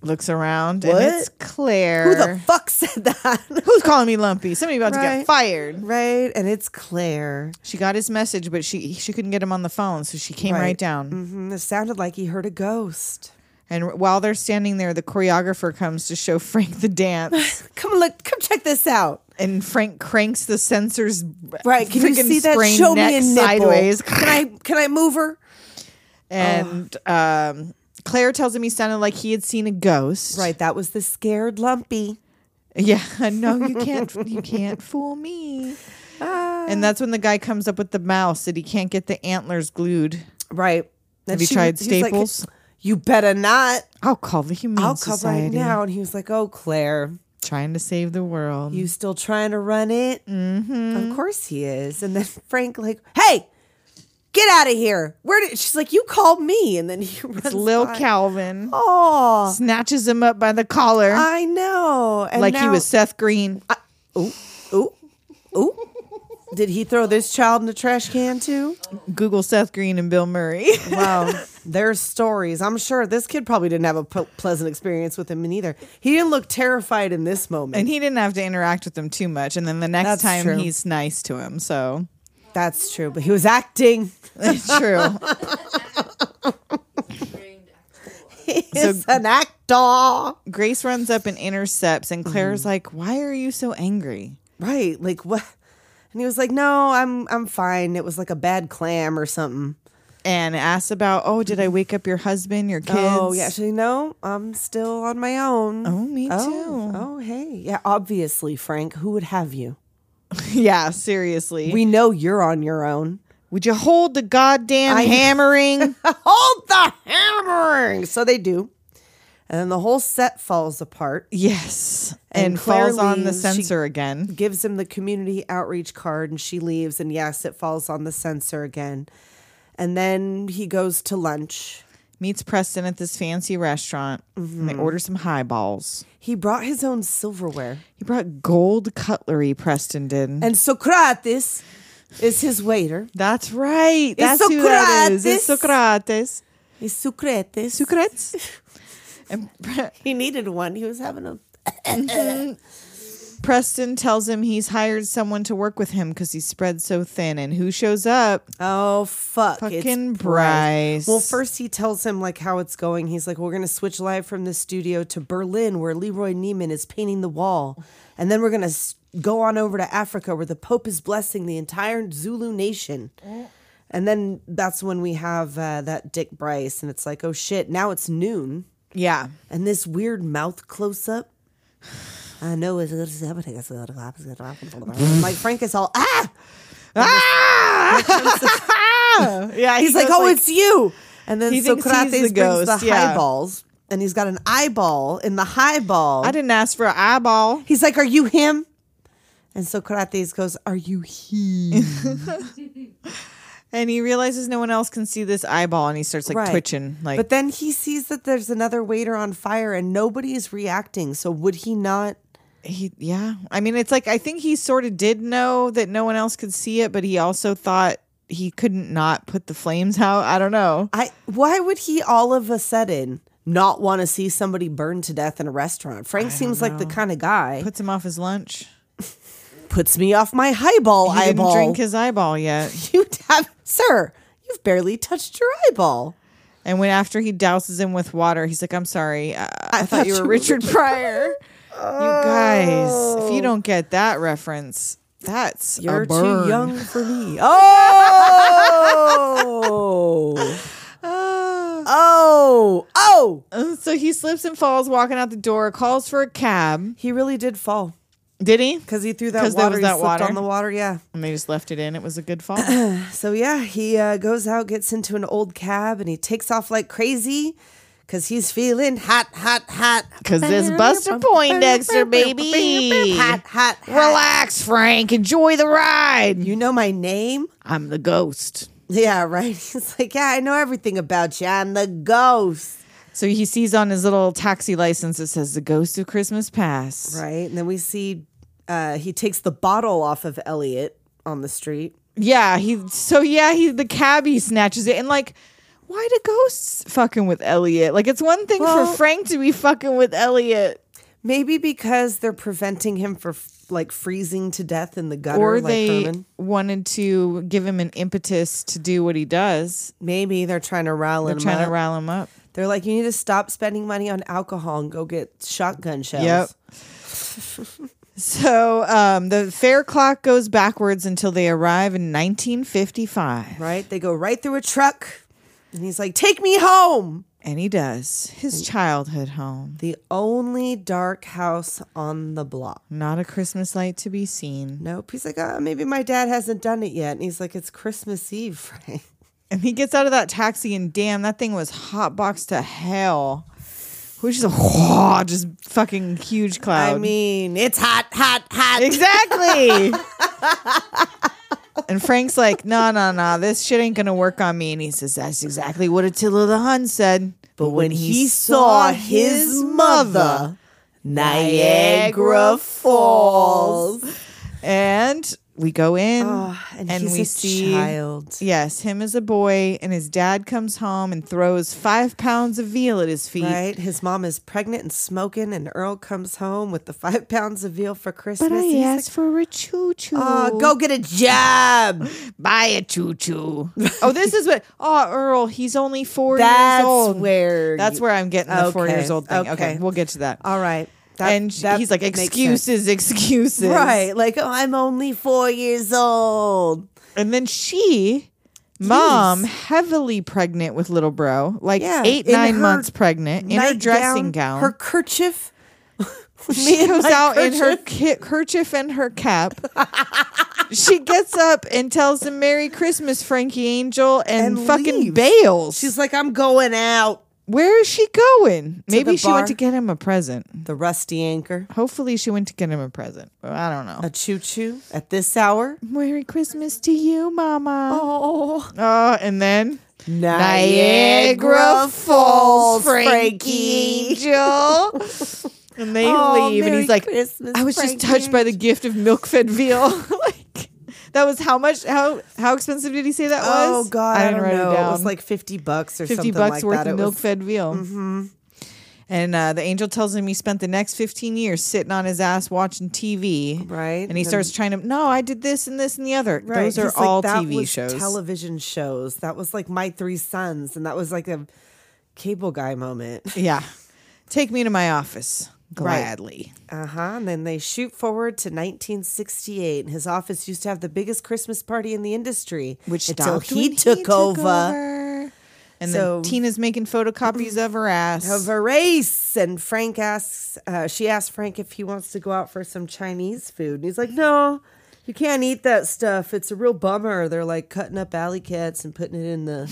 Speaker 6: Looks around
Speaker 7: What?
Speaker 6: and it's Claire.
Speaker 7: who the fuck said that?
Speaker 6: Who's calling me lumpy? Somebody about to get
Speaker 7: Right.
Speaker 6: fired.
Speaker 7: right? And it's Claire.
Speaker 6: She got his message, but she she couldn't get him on the phone, so she came right,
Speaker 7: Right.
Speaker 6: down.
Speaker 7: Mm, It sounded like he heard a ghost.
Speaker 6: And while they're standing there, the choreographer comes to show Frank the dance,
Speaker 7: Come look, come check this out.
Speaker 6: and Frank cranks the sensor's uh,
Speaker 7: Right? Can you
Speaker 6: freaking
Speaker 7: see that?
Speaker 6: sprained
Speaker 7: Show me
Speaker 6: neck
Speaker 7: a nipple. Oh.
Speaker 6: sideways.
Speaker 7: Can I? Can I move her?
Speaker 6: and um, Claire tells him he sounded like he had seen a ghost.
Speaker 7: Right. That was the scared lumpy.
Speaker 6: Yeah. No, you can't. you can't fool me.
Speaker 7: Ah.
Speaker 6: And that's when the guy comes up with the mouse that he can't get the antlers glued.
Speaker 7: Right. Then
Speaker 6: Have you
Speaker 7: she-
Speaker 6: tried
Speaker 7: he's like,
Speaker 6: Staples?
Speaker 7: you better not.
Speaker 6: I'll call the Humane
Speaker 7: I'll come
Speaker 6: Society.
Speaker 7: right now. And he was like, oh, Claire,
Speaker 6: Trying to save the world.
Speaker 7: you still trying to run it? Mm-hmm. Of course he is. And then Frank like, hey, get out of here. Where did, she's like, you called me. And then he runs
Speaker 6: Lil
Speaker 7: by.
Speaker 6: Calvin
Speaker 7: Oh,
Speaker 6: snatches him up by the collar
Speaker 7: I know. And
Speaker 6: like he
Speaker 7: now-
Speaker 6: was Seth Green. uh,
Speaker 7: Ooh, ooh. Did he throw this child in the trash can too?
Speaker 6: Google Seth Green and Bill Murray.
Speaker 7: Wow, there's stories. I'm sure this kid probably didn't have a p- pleasant experience with him neither. He didn't look terrified in this moment.
Speaker 6: and he didn't have to interact with him too much. And then the next
Speaker 7: That's
Speaker 6: time
Speaker 7: true.
Speaker 6: he's nice to him. So
Speaker 7: That's true, but he was acting.
Speaker 6: it's true.
Speaker 7: He's an actor.
Speaker 6: Grace runs up and intercepts, and Claire's
Speaker 7: Mm-hmm.
Speaker 6: like, Why are you so angry?
Speaker 7: Right. Like what? And he was like, "No, I'm I'm fine. It was like a bad clam or something."
Speaker 6: And asks about, Oh, did I wake up your husband, your kids?
Speaker 7: Oh, yeah. She's like, "No, I'm still on my own."
Speaker 6: Oh, me
Speaker 7: Oh,
Speaker 6: too.
Speaker 7: oh, hey. Yeah, obviously, Frank, who would have you?
Speaker 6: yeah, seriously.
Speaker 7: We know you're on your own.
Speaker 6: Would you hold the goddamn
Speaker 7: I-
Speaker 6: hammering?
Speaker 7: Hold the hammering. So they do. And then the whole set falls apart.
Speaker 6: yes. And,
Speaker 7: And Claire
Speaker 6: falls on the
Speaker 7: leaves. She-
Speaker 6: sensor again.
Speaker 7: Gives him the community outreach card and she leaves. And yes, it falls on the sensor again. And then he goes to lunch.
Speaker 6: Meets Preston at this fancy restaurant. And
Speaker 7: Mm-hmm.
Speaker 6: they order some highballs.
Speaker 7: He brought his own silverware.
Speaker 6: He brought gold cutlery, Preston did.
Speaker 7: And Socrates is his waiter.
Speaker 6: That's right. That's who that is. It's Socrates.
Speaker 7: He's Socrates.
Speaker 6: Socrates. And Pre-
Speaker 7: He needed one. He was having a.
Speaker 6: Preston tells him he's hired someone to work with him because he's spread so thin. And who shows up?
Speaker 7: Oh, fuck. it's
Speaker 6: Fucking Bryce.
Speaker 7: Well, first he tells him like how it's going. He's like, "We're going to switch live from the studio to Berlin, where Leroy Neiman is painting the wall, and then we're going to s- go on over to Africa, where the Pope is blessing the entire Zulu nation." And then that's when we have uh, that Dick Bryce, and it's like, "Oh shit!" Now it's noon,
Speaker 6: yeah.
Speaker 7: and this weird mouth close up. I know it's like Frank is all ah.
Speaker 6: Yeah.
Speaker 7: He's like, oh, it's you. And then
Speaker 6: He thinks he's
Speaker 7: Socrates brings
Speaker 6: the ghost,
Speaker 7: the
Speaker 6: yeah.
Speaker 7: highballs, and he's got an eyeball in the highball.
Speaker 6: I didn't ask for an eyeball.
Speaker 7: he's like, "Are you him?" And Socrates goes, "Are you he?"
Speaker 6: And he realizes no one else can see this eyeball and he starts like
Speaker 7: Right.
Speaker 6: twitching. Like,
Speaker 7: but then he sees that there's another waiter on fire, and nobody is reacting. So would he not?
Speaker 6: he, yeah. I mean, it's like, I think he sort of did know that no one else could see it, but he also thought he couldn't not put the flames out. I don't know.
Speaker 7: I. Why would he all of a sudden not want to see somebody burned to death in a restaurant? Frank seems like the kind of guy
Speaker 6: Puts him off his lunch.
Speaker 7: puts me off my highball
Speaker 6: He
Speaker 7: eyeball.
Speaker 6: didn't drink his eyeball yet.
Speaker 7: you have, sir. You've barely touched your eyeball.
Speaker 6: And when after he douses him with water, he's like, "I'm sorry, I, I, thought, you were Richard Oh. Pryor." You guys, if you don't get that reference, that's a
Speaker 7: You're
Speaker 6: burn.
Speaker 7: too young for me. Oh. oh. Oh.
Speaker 6: Uh, So he slips and falls, walking out the door, calls for a cab.
Speaker 7: He really did fall
Speaker 6: Did he?
Speaker 7: because he threw
Speaker 6: 'Cause
Speaker 7: that
Speaker 6: there
Speaker 7: water.
Speaker 6: was
Speaker 7: He
Speaker 6: that
Speaker 7: slipped
Speaker 6: water.
Speaker 7: on the water. Yeah.
Speaker 6: And they just left it in. It was a good fall.
Speaker 7: So yeah, he uh, goes out, gets into an old cab, and he takes off like crazy because he's feeling hot, hot, hot.
Speaker 6: Because this Buster Poindexter, baby.
Speaker 7: Hot, hot, hot.
Speaker 6: Relax, Frank. Enjoy the ride.
Speaker 7: You know my name?
Speaker 6: I'm the ghost.
Speaker 7: Yeah, right. He's like, yeah, I know everything about you. I'm the ghost.
Speaker 6: So he sees on his little taxi license it says the ghost of Christmas past.
Speaker 7: Right. And then we see uh, he takes the bottle off of Elliot on the street.
Speaker 6: Yeah, he so yeah, he the cabbie snatches it and like why do ghosts fucking with Elliot? Like it's one thing
Speaker 7: Well-
Speaker 6: for Frank to be fucking with Elliot.
Speaker 7: Maybe because they're preventing him from like freezing to death in the gutter
Speaker 6: Or
Speaker 7: like
Speaker 6: they
Speaker 7: Herman.
Speaker 6: wanted to give him an impetus to do what he does.
Speaker 7: Maybe they're trying to rile
Speaker 6: They're
Speaker 7: him
Speaker 6: trying
Speaker 7: up.
Speaker 6: to rile him up.
Speaker 7: they're like, you need to stop spending money on alcohol and go get shotgun shells.
Speaker 6: Yep. so um, the fair clock goes backwards until they arrive in 1955.
Speaker 7: Right? They go right through a truck. And he's like, take me home.
Speaker 6: And he does. His childhood home.
Speaker 7: The only dark house on the block.
Speaker 6: Not a Christmas light to be seen.
Speaker 7: Nope. He's like, uh, maybe my dad hasn't done it yet. And he's like, it's Christmas Eve, Frank.
Speaker 6: And he gets out of that taxi, and damn, that thing was hotboxed to hell. Which is a whoa, just fucking huge cloud.
Speaker 7: I mean, it's hot, hot, hot.
Speaker 6: exactly. and Frank's like, no, no, no, this shit ain't gonna work on me. And he says, that's exactly what Attila the Hun said.
Speaker 7: But when he saw his mother, Niagara Falls. Ah,
Speaker 6: and we go in,
Speaker 7: and, he's
Speaker 6: we
Speaker 7: a
Speaker 6: see
Speaker 7: child.
Speaker 6: Yes, him as a boy, and his dad comes home and throws five pounds of veal at his feet.
Speaker 7: Right? His mom is pregnant and smoking, and Earl comes home with the five pounds of veal for Christmas.
Speaker 6: But I
Speaker 7: and he's
Speaker 6: asked for a choo choo.
Speaker 7: like, oh, go get a job.
Speaker 6: buy a choo choo. oh, this is what. Oh, Earl, he's only four
Speaker 7: That's
Speaker 6: years old.
Speaker 7: where
Speaker 6: That's
Speaker 7: you-
Speaker 6: where I'm getting the four
Speaker 7: Okay,
Speaker 6: years old thing. Okay,
Speaker 7: okay.
Speaker 6: we'll get to that.
Speaker 7: All right. That-
Speaker 6: and sh-
Speaker 7: that
Speaker 6: he's like,
Speaker 7: makes sense.
Speaker 6: excuses, excuses.
Speaker 7: Right. Like, oh, I'm only four years old.
Speaker 6: And then she, mom, heavily pregnant with little bro, like
Speaker 7: Yeah,
Speaker 6: eight,
Speaker 7: in
Speaker 6: nine
Speaker 7: her
Speaker 6: months pregnant, in her
Speaker 7: Nightgown,
Speaker 6: dressing gown.
Speaker 7: Her kerchief.
Speaker 6: she goes
Speaker 7: my
Speaker 6: out in her ki- kerchief and her cap. she gets up and tells him Merry Christmas, Frankie Angel, and,
Speaker 7: And
Speaker 6: fucking
Speaker 7: leaves.
Speaker 6: bails.
Speaker 7: She's like, I'm going out.
Speaker 6: Where is she going? Maybe
Speaker 7: the
Speaker 6: she went
Speaker 7: bar.
Speaker 6: to get him a present.
Speaker 7: The rusty anchor.
Speaker 6: Hopefully, she went to get him a present. I don't know.
Speaker 7: A choo choo at this hour.
Speaker 6: Merry Christmas to you, Mama.
Speaker 7: Oh.
Speaker 6: Oh, and then
Speaker 7: Niagara Falls, Frankie.
Speaker 6: Angel. and they
Speaker 7: Oh,
Speaker 6: leave, and
Speaker 7: Merry
Speaker 6: he's like,
Speaker 7: Christmas,
Speaker 6: "I was just
Speaker 7: Frankie
Speaker 6: touched by the gift of milk-fed veal." like that was how much? How how expensive did he say that
Speaker 7: Oh
Speaker 6: was?
Speaker 7: God, I,
Speaker 6: didn't
Speaker 7: don't
Speaker 6: write
Speaker 7: know.
Speaker 6: It,
Speaker 7: It,
Speaker 6: down.
Speaker 7: was like fifty bucks or
Speaker 6: 50
Speaker 7: something
Speaker 6: bucks
Speaker 7: like
Speaker 6: worth
Speaker 7: that.
Speaker 6: of
Speaker 7: It
Speaker 6: milk
Speaker 7: was- Mm-hmm.
Speaker 6: fed veal. And uh, the angel tells him he spent the next 15 years sitting on his ass watching TV.
Speaker 7: Right.
Speaker 6: And he starts trying to, no, I did this and this and the other.
Speaker 7: Right,
Speaker 6: Those are
Speaker 7: he's like,
Speaker 6: all
Speaker 7: that
Speaker 6: TV
Speaker 7: was
Speaker 6: shows.
Speaker 7: television shows. That was like my three sons, and that was like a cable guy moment.
Speaker 6: yeah. Take me to my office.
Speaker 7: Right.
Speaker 6: Gladly.
Speaker 7: Uh huh. And then they shoot forward to 1968, and his office used to have the biggest Christmas party in the industry,
Speaker 6: Which
Speaker 7: until
Speaker 6: stopped when
Speaker 7: he, took, over,
Speaker 6: over. And
Speaker 7: So-
Speaker 6: then Tina's making photocopies of her ass.
Speaker 7: of a race. And Frank asks, uh, she asks Frank if he wants to go out for some Chinese food, and he's like, "No, you can't eat that stuff. It's a real bummer. They're like cutting up alley cats and putting it in the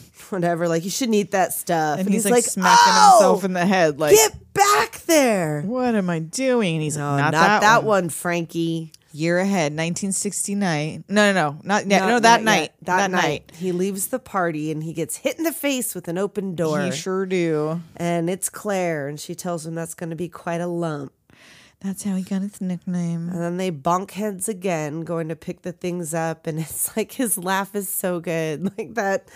Speaker 7: whatever. Like you shouldn't eat that stuff."
Speaker 6: and he's, like, smacking
Speaker 7: "Oh,
Speaker 6: himself in the head. Like,
Speaker 7: Get back there.
Speaker 6: what am I doing? And he's like, "Oh,
Speaker 7: No,
Speaker 6: not, that, one.
Speaker 7: Frankie.
Speaker 6: Year ahead, 1969. No, no, no, not yet.
Speaker 7: Not-
Speaker 6: no,
Speaker 7: not
Speaker 6: that night.
Speaker 7: yet. That, night. He leaves the party and he gets hit in the face with an open door.
Speaker 6: You sure do.
Speaker 7: and it's Claire, and she tells him that's going to be quite a lump.
Speaker 6: That's how he got his nickname.
Speaker 7: And then they bonk heads again, going to pick the things up. And it's like his laugh is so good. Like that.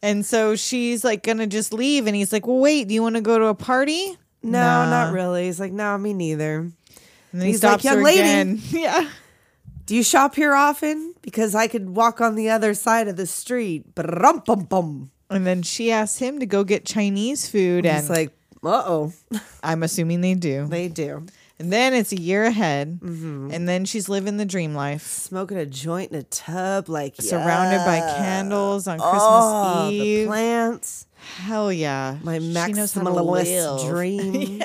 Speaker 6: And so she's like gonna just leave, and he's like, "Well, wait, do you want to go to a party?"
Speaker 7: No, not really. He's like, no, me neither.
Speaker 6: And then he
Speaker 7: He's like,
Speaker 6: stops
Speaker 7: "Young
Speaker 6: her
Speaker 7: lady."
Speaker 6: again. Yeah.
Speaker 7: Do you shop here often? Because I could walk on the other side of the street. Brum, bum, bum.
Speaker 6: And then she asks him to go get Chinese food, and
Speaker 7: It's like, uh oh,
Speaker 6: I'm assuming they Mm-hmm. do.
Speaker 7: they do.
Speaker 6: And then it's a year ahead, and then she's living the dream life,
Speaker 7: Smoking a joint in a tub, like
Speaker 6: surrounded by
Speaker 7: yeah.
Speaker 6: candles on Christmas
Speaker 7: Oh, the
Speaker 6: Eve.
Speaker 7: plants.
Speaker 6: Hell yeah,
Speaker 7: My
Speaker 6: She knows how to live.
Speaker 7: maximalist dream.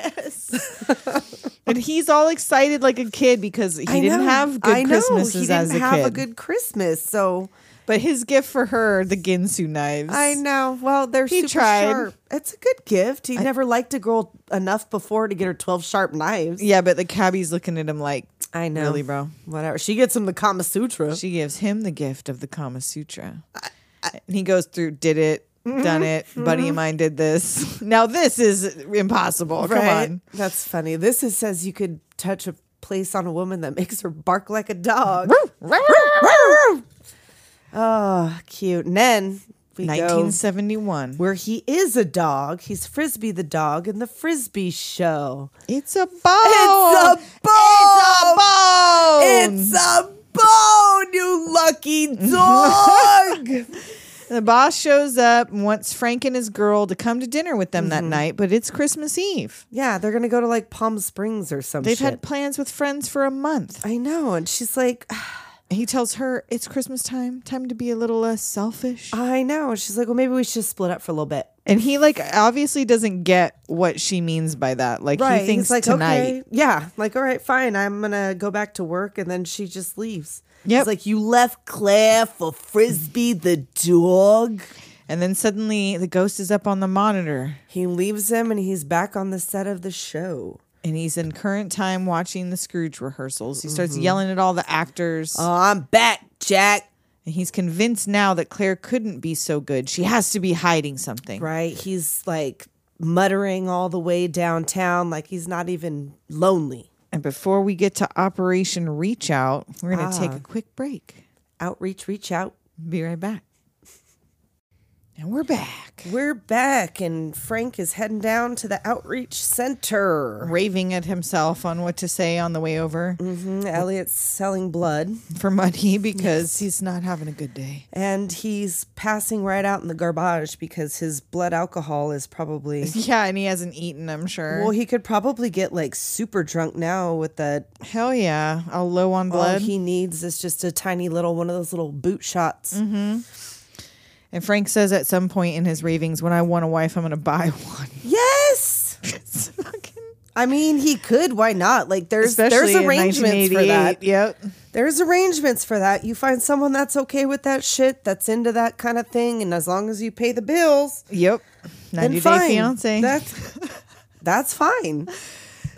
Speaker 6: And he's all excited like a kid because he
Speaker 7: I
Speaker 6: didn't
Speaker 7: know.
Speaker 6: have good
Speaker 7: I know.
Speaker 6: Christmases
Speaker 7: he didn't
Speaker 6: as a
Speaker 7: have
Speaker 6: kid.
Speaker 7: a good Christmas, so
Speaker 6: but his gift for her, the Ginsu knives.
Speaker 7: I know. Well, they're
Speaker 6: He
Speaker 7: super
Speaker 6: tried.
Speaker 7: sharp. It's a good gift. He never liked a girl enough before to get her twelve sharp knives.
Speaker 6: Yeah, but the cabbie's looking at him like,
Speaker 7: I know.
Speaker 6: really, bro?
Speaker 7: Whatever. She gets him the Kama Sutra.
Speaker 6: She gives him the gift of the Kama Sutra. and he goes through, did it,
Speaker 7: Mm-hmm.
Speaker 6: done it, buddy of mine did this. Now this is impossible.
Speaker 7: Right?
Speaker 6: Come on.
Speaker 7: That's funny. This is, says you could touch a place on a woman that makes her bark like a dog. oh, cute. And then we go
Speaker 6: 1971.
Speaker 7: where he is a dog. He's Frisbee the dog in the Frisbee show.
Speaker 6: It's a bone. bone.
Speaker 7: It's a bone, you lucky dog.
Speaker 6: The boss shows up and wants Frank and his girl to come to dinner with them that night, but it's Christmas Eve.
Speaker 7: yeah, they're gonna go to like Palm Springs or some
Speaker 6: They've
Speaker 7: shit.
Speaker 6: had plans with friends for a month.
Speaker 7: I know, and she's like,
Speaker 6: He tells her it's Christmas time, time to be a little less selfish.
Speaker 7: I know. And She's like, well, maybe we should split up for a little bit.
Speaker 6: And he like obviously doesn't get what she means by that. Like he
Speaker 7: He's
Speaker 6: thinks tonight.
Speaker 7: yeah, like all right, fine. I'm gonna go back to work, and then she just leaves.
Speaker 6: Yep.
Speaker 7: It's like you left Claire for Frisbee the dog.
Speaker 6: And then suddenly the ghost is up on the monitor
Speaker 7: He leaves him and he's back on the set of the show.
Speaker 6: and he's in current time watching the Scrooge rehearsals. He starts yelling at all the actors.
Speaker 7: Oh, I'm back, Jack.
Speaker 6: and he's convinced now that Claire couldn't be so good. She has to be hiding something.
Speaker 7: Right? He's like muttering all the way downtown, like he's not even lonely.
Speaker 6: And before we get to Operation Reach Out, we're going to
Speaker 7: Ah.
Speaker 6: take a quick break.
Speaker 7: Outreach, reach out.
Speaker 6: Be right back. And we're back.
Speaker 7: We're back, and Frank is heading down to the outreach center.
Speaker 6: Raving at himself on what to say on the way over
Speaker 7: Mhm, Elliot's selling blood,
Speaker 6: for Muddy because he's not having a good day.
Speaker 7: and he's passing right out in the garbage because his blood alcohol is probably.
Speaker 6: Yeah, and he hasn't eaten, I'm sure.
Speaker 7: Well, he could probably get like super drunk now with that.
Speaker 6: Hell yeah. All low on blood.
Speaker 7: All Oh, he needs is just a tiny little one of those little boot shots.
Speaker 6: and Frank says at some point in his ravings, when I want a wife, I'm going to buy one.
Speaker 7: Yes.
Speaker 6: It's fucking-
Speaker 7: I mean, he could. Why not? Like, there's
Speaker 6: Especially
Speaker 7: there's
Speaker 6: in
Speaker 7: arrangements for that.
Speaker 6: 1988. Yep.
Speaker 7: There's arrangements for that. You find someone that's okay with that shit, that's into that kind of thing, and as long as you pay the bills,
Speaker 6: Yep. 90
Speaker 7: then
Speaker 6: Day
Speaker 7: fine.
Speaker 6: Fiance.
Speaker 7: That's that's fine.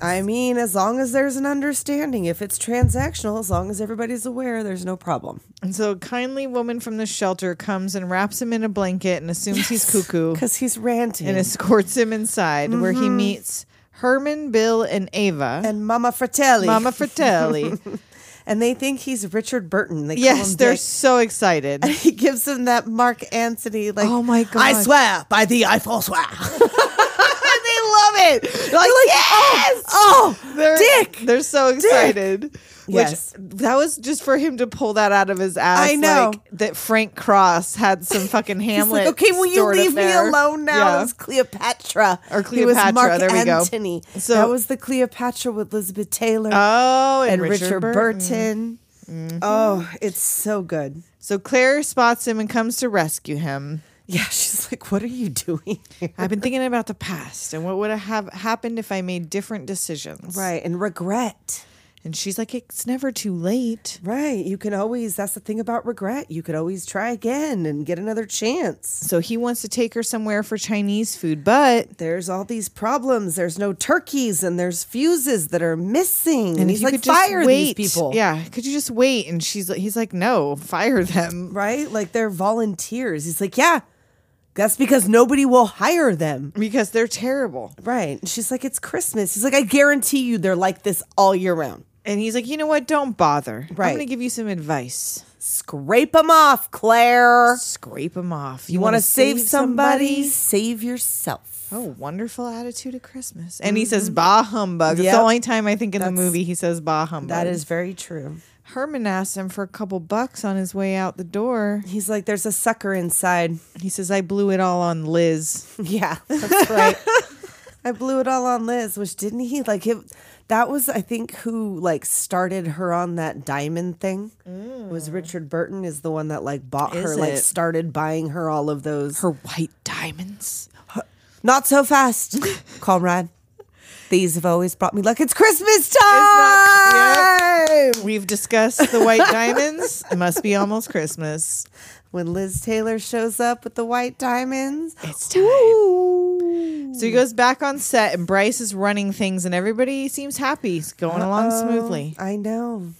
Speaker 7: I mean, as long as there's an understanding, if it's transactional, as long as everybody's aware, there's no problem.
Speaker 6: and so a kindly woman from the shelter comes and wraps him in a blanket and assumes he's cuckoo
Speaker 7: because he's ranting.
Speaker 6: and
Speaker 7: And,
Speaker 6: escorts him inside where he
Speaker 7: Mm-hmm.
Speaker 6: meets Herman, Bill, and Ava.
Speaker 7: Mama Fratelli,
Speaker 6: Mama Fratelli.
Speaker 7: and they think he's Richard Burton. They call
Speaker 6: yes,
Speaker 7: him
Speaker 6: they're
Speaker 7: Dick.
Speaker 6: so excited.
Speaker 7: he gives him that Mark Antony like
Speaker 6: Oh my
Speaker 7: I
Speaker 6: God.
Speaker 7: swear by the I forswear. they love it. They're like, yes! oh,
Speaker 6: They're,
Speaker 7: Dick.
Speaker 6: They're so excited. Which
Speaker 7: Yes.
Speaker 6: that was just for him to pull that out of his ass.
Speaker 7: I know.
Speaker 6: like, that Frank Cross had some fucking
Speaker 7: He's
Speaker 6: Hamlet.
Speaker 7: like, okay, will you
Speaker 6: stored up
Speaker 7: leave me
Speaker 6: there."
Speaker 7: alone now?
Speaker 6: Yeah.
Speaker 7: It's Cleopatra
Speaker 6: Or
Speaker 7: He was
Speaker 6: Cleopatra,
Speaker 7: Mark
Speaker 6: there we go.
Speaker 7: Antony.
Speaker 6: So-
Speaker 7: that was the Cleopatra with Elizabeth Taylor
Speaker 6: Oh,
Speaker 7: and
Speaker 6: and, Mm-hmm.
Speaker 7: Richard, Burton. Oh, it's so good.
Speaker 6: So Claire spots him and comes to rescue him.
Speaker 7: Yeah, she's like, what are you doing? here?"
Speaker 6: I've been thinking about the past and what would have happened if I made different decisions.
Speaker 7: right, and regret.
Speaker 6: And she's like, it's never too late.
Speaker 7: Right. You can always, that's the thing about regret. You could always try again and get another chance.
Speaker 6: So he wants to take her somewhere for Chinese food, but
Speaker 7: There's all these problems. There's no turkeys and there's fuses that are missing. And,
Speaker 6: if
Speaker 7: he's
Speaker 6: you
Speaker 7: like,
Speaker 6: could just
Speaker 7: fire these
Speaker 6: wait."
Speaker 7: people.
Speaker 6: Yeah, could you just wait? And she's like, he's like, no, fire them.
Speaker 7: Right? Like they're volunteers. He's like, yeah, that's because nobody will hire them.
Speaker 6: because they're terrible.
Speaker 7: Right. And she's like, it's Christmas. He's like, I guarantee you they're like this all year round.
Speaker 6: And he's like, you know what? Don't bother.
Speaker 7: Right.
Speaker 6: I'm going to give you some advice.
Speaker 7: Scrape them off, Claire.
Speaker 6: Scrape them off.
Speaker 7: You want
Speaker 6: wanna
Speaker 7: to save somebody? Save yourself.
Speaker 6: Oh, wonderful attitude at Christmas. And he says, bah humbug. It's
Speaker 7: Mm-hmm. Yep.
Speaker 6: the only time I think in
Speaker 7: That's-
Speaker 6: the movie he says, bah humbug.
Speaker 7: That is very true.
Speaker 6: Herman asks him for a couple bucks on his way out the door.
Speaker 7: He's like, there's a sucker inside.
Speaker 6: He says, I blew it all on Liz.
Speaker 7: Yeah, that's right. I blew it all on Liz, which didn't he like it? That was, I think, who like started her on that diamond thing. Was Richard Burton is the one that like bought her,
Speaker 6: Mm. Is
Speaker 7: like
Speaker 6: it?
Speaker 7: started buying her all of those.
Speaker 6: Her white diamonds.
Speaker 7: Not so fast, comrade. These have always brought me luck. It's Christmas time.
Speaker 6: not- We've discussed the white diamonds. It must be almost Christmas.
Speaker 7: When Liz Taylor shows up with the white diamonds,
Speaker 6: It's time. So he goes back on set, and Bryce is running things, and everybody seems happy. It's going along smoothly.
Speaker 7: I know.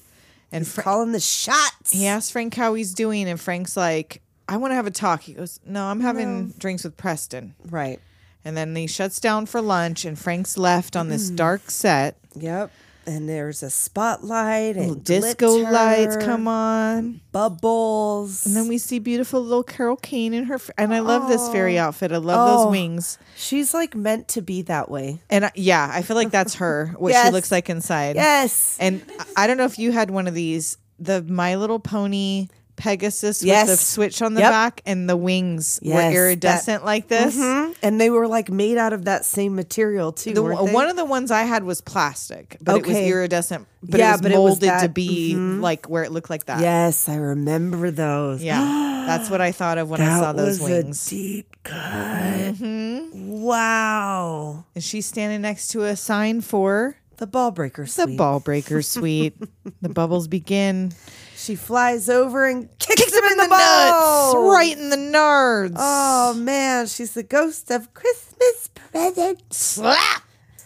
Speaker 6: And
Speaker 7: He's
Speaker 6: Fra-
Speaker 7: calling the shots.
Speaker 6: he asks Frank how he's doing, and Frank's like, I want to have a talk. He goes, No, I'm having drinks with Preston.
Speaker 7: Right.
Speaker 6: And then he shuts down for lunch, and Frank's left on this dark set.
Speaker 7: Yep. And there's a spotlight and
Speaker 6: Disco
Speaker 7: glitter,
Speaker 6: lights come on.
Speaker 7: bubbles.
Speaker 6: And then we see beautiful little Carol Kane in her. f- And I love this fairy outfit. I love
Speaker 7: Oh.
Speaker 6: those wings.
Speaker 7: She's like meant to be that way.
Speaker 6: And I, yeah, I feel like that's her, what
Speaker 7: Yes.
Speaker 6: she looks like inside.
Speaker 7: Yes.
Speaker 6: And I I don't know if you had one of these, the My Little Pony Pegasus
Speaker 7: Yes.
Speaker 6: with the switch on the
Speaker 7: Yep.
Speaker 6: back and the wings
Speaker 7: Yes, that-
Speaker 6: were iridescent like this.
Speaker 7: And they were like made out of that same material too.
Speaker 6: The,
Speaker 7: weren't they?
Speaker 6: one of the ones I had was plastic, but it was
Speaker 7: Okay.
Speaker 6: iridescent. But
Speaker 7: Yeah,
Speaker 6: it was mm-hmm.
Speaker 7: but it was
Speaker 6: molded to
Speaker 7: that-
Speaker 6: be like where it looked like that.
Speaker 7: Yes, I remember those.
Speaker 6: Yeah, that's what I thought of when I
Speaker 7: That
Speaker 6: saw those
Speaker 7: was
Speaker 6: wings.
Speaker 7: a deep cut. Mm-hmm. Wow.
Speaker 6: and she's standing next to a sign for
Speaker 7: The ball breaker
Speaker 6: the
Speaker 7: suite.
Speaker 6: Ball Breaker Suite. the bubbles begin.
Speaker 7: She flies over and kicks,
Speaker 6: Kicks
Speaker 7: him in, the,
Speaker 6: nuts,
Speaker 7: balls.
Speaker 6: right in the nards.
Speaker 7: Oh man, she's the ghost of Christmas presents.
Speaker 6: Slap!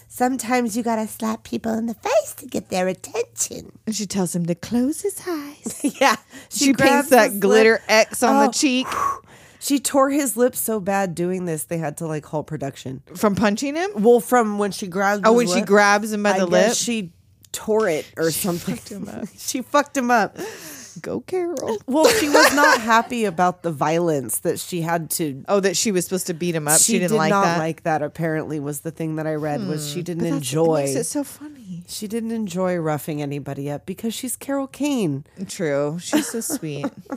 Speaker 7: Sometimes you gotta slap people in the face to get their attention.
Speaker 6: And she tells him to close his eyes.
Speaker 7: Yeah,
Speaker 6: she
Speaker 7: grabs
Speaker 6: paints
Speaker 7: his
Speaker 6: that glitter
Speaker 7: lip.
Speaker 6: X on
Speaker 7: Oh.
Speaker 6: the cheek
Speaker 7: She tore his lips so bad doing this, they had to like halt production.
Speaker 6: from punching him.
Speaker 7: Well, from when she grabbed.
Speaker 6: Oh,
Speaker 7: his
Speaker 6: when she
Speaker 7: lip,
Speaker 6: grabs him by
Speaker 7: I
Speaker 6: the
Speaker 7: guess
Speaker 6: lip.
Speaker 7: she tore it or something. she fucked him up.
Speaker 6: Go, Carol.
Speaker 7: Well, she was not happy about the violence that she had to.
Speaker 6: Oh, that she was supposed to beat him up. She,
Speaker 7: she
Speaker 6: didn't
Speaker 7: did
Speaker 6: like
Speaker 7: not
Speaker 6: that.
Speaker 7: like that. Hmm. Apparently, was the thing that I read was she didn't
Speaker 6: That's- It
Speaker 7: enjoy.
Speaker 6: makes it so funny.
Speaker 7: She didn't enjoy roughing anybody up because she's Carol Kane.
Speaker 6: True. She's so sweet.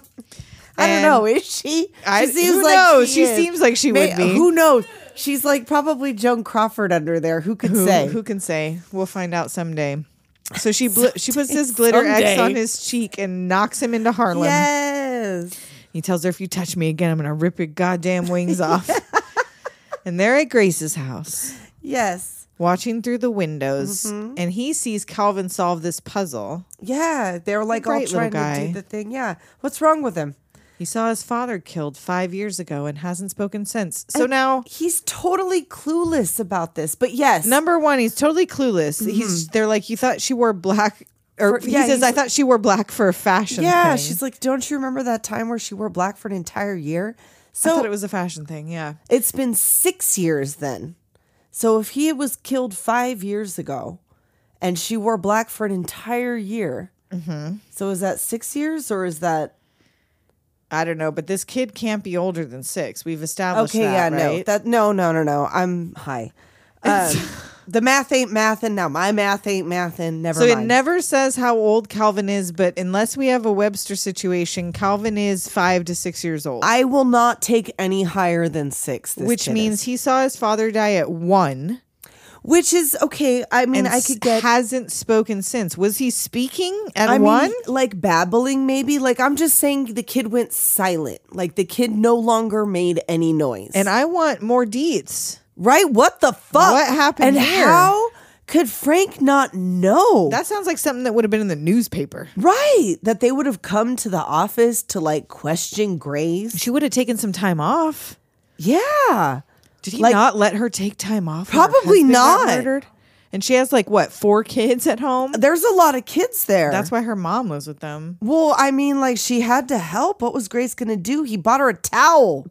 Speaker 7: I don't
Speaker 6: And-
Speaker 7: know. Is she?
Speaker 6: I-
Speaker 7: she seems
Speaker 6: who
Speaker 7: like
Speaker 6: knows? She
Speaker 7: is.
Speaker 6: seems like she
Speaker 7: May-
Speaker 6: would be.
Speaker 7: Who knows? She's like probably Joan Crawford under there. Who could
Speaker 6: Who,
Speaker 7: say?
Speaker 6: who can say? We'll find out someday. So she bl- she puts this glitter X on
Speaker 7: Someday.
Speaker 6: his cheek and knocks him into Harlem.
Speaker 7: yes.
Speaker 6: He tells her, "If you touch me again, I'm gonna rip your goddamn wings off." and they're at Grace's house,
Speaker 7: Yes.
Speaker 6: watching through the windows,
Speaker 7: Mm-hmm.
Speaker 6: and he sees Calvin solve this puzzle.
Speaker 7: Yeah. They're like all
Speaker 6: bright little
Speaker 7: trying to
Speaker 6: guy.
Speaker 7: do the thing. Yeah. What's wrong with him?
Speaker 6: He saw his father killed five years ago and hasn't spoken since. So now,
Speaker 7: He's totally clueless about this. But yes.
Speaker 6: number one, he's totally clueless. He's they're like, "You thought she wore black." Or
Speaker 7: Mm-hmm. For- yeah,
Speaker 6: he says,
Speaker 7: he's-
Speaker 6: "I thought she wore black for a fashion."
Speaker 7: yeah.
Speaker 6: thing."
Speaker 7: She's like, don't you remember that time where she wore black for an entire year? So
Speaker 6: I thought it was a fashion thing. Yeah.
Speaker 7: It's been six years then. So if he was killed five years ago and she wore black for an entire year,
Speaker 6: Mm-hmm.
Speaker 7: so is that six years or is that
Speaker 6: I don't know, but this kid can't be older than six. We've established
Speaker 7: okay? yeah,
Speaker 6: that,
Speaker 7: no,
Speaker 6: right?
Speaker 7: that no, no, no, no. I'm high. Um, the math ain't mathin'. Now my math ain't mathin'. Never
Speaker 6: so
Speaker 7: mind.
Speaker 6: it never says how old Calvin is, but unless we have a Webster situation, Calvin is five to six years old,
Speaker 7: I will not take any higher than six. This
Speaker 6: which
Speaker 7: kid
Speaker 6: means
Speaker 7: is.
Speaker 6: he saw his father die at one
Speaker 7: which is okay. I mean,
Speaker 6: and
Speaker 7: I could get
Speaker 6: hasn't spoken since. Was he speaking at
Speaker 7: I
Speaker 6: one?
Speaker 7: mean, like babbling, maybe. Like I'm just saying, the kid went silent. Like the kid no longer made any noise.
Speaker 6: and I want more deets.
Speaker 7: right, what the fuck?
Speaker 6: What happened
Speaker 7: And
Speaker 6: here?
Speaker 7: how could Frank not know?
Speaker 6: That sounds like something that would have been in the newspaper.
Speaker 7: right. That they would have come to the office to like question Grace.
Speaker 6: She would have taken some time off.
Speaker 7: Yeah.
Speaker 6: Did he
Speaker 7: Like-
Speaker 6: not let her take time off? when her
Speaker 7: Probably
Speaker 6: husband got
Speaker 7: not.
Speaker 6: murdered? And she has like what four kids at home.
Speaker 7: There's a lot of kids there.
Speaker 6: That's why her mom lives with them.
Speaker 7: Well, I mean, like she had to help. What was Grace gonna do? He bought her a towel.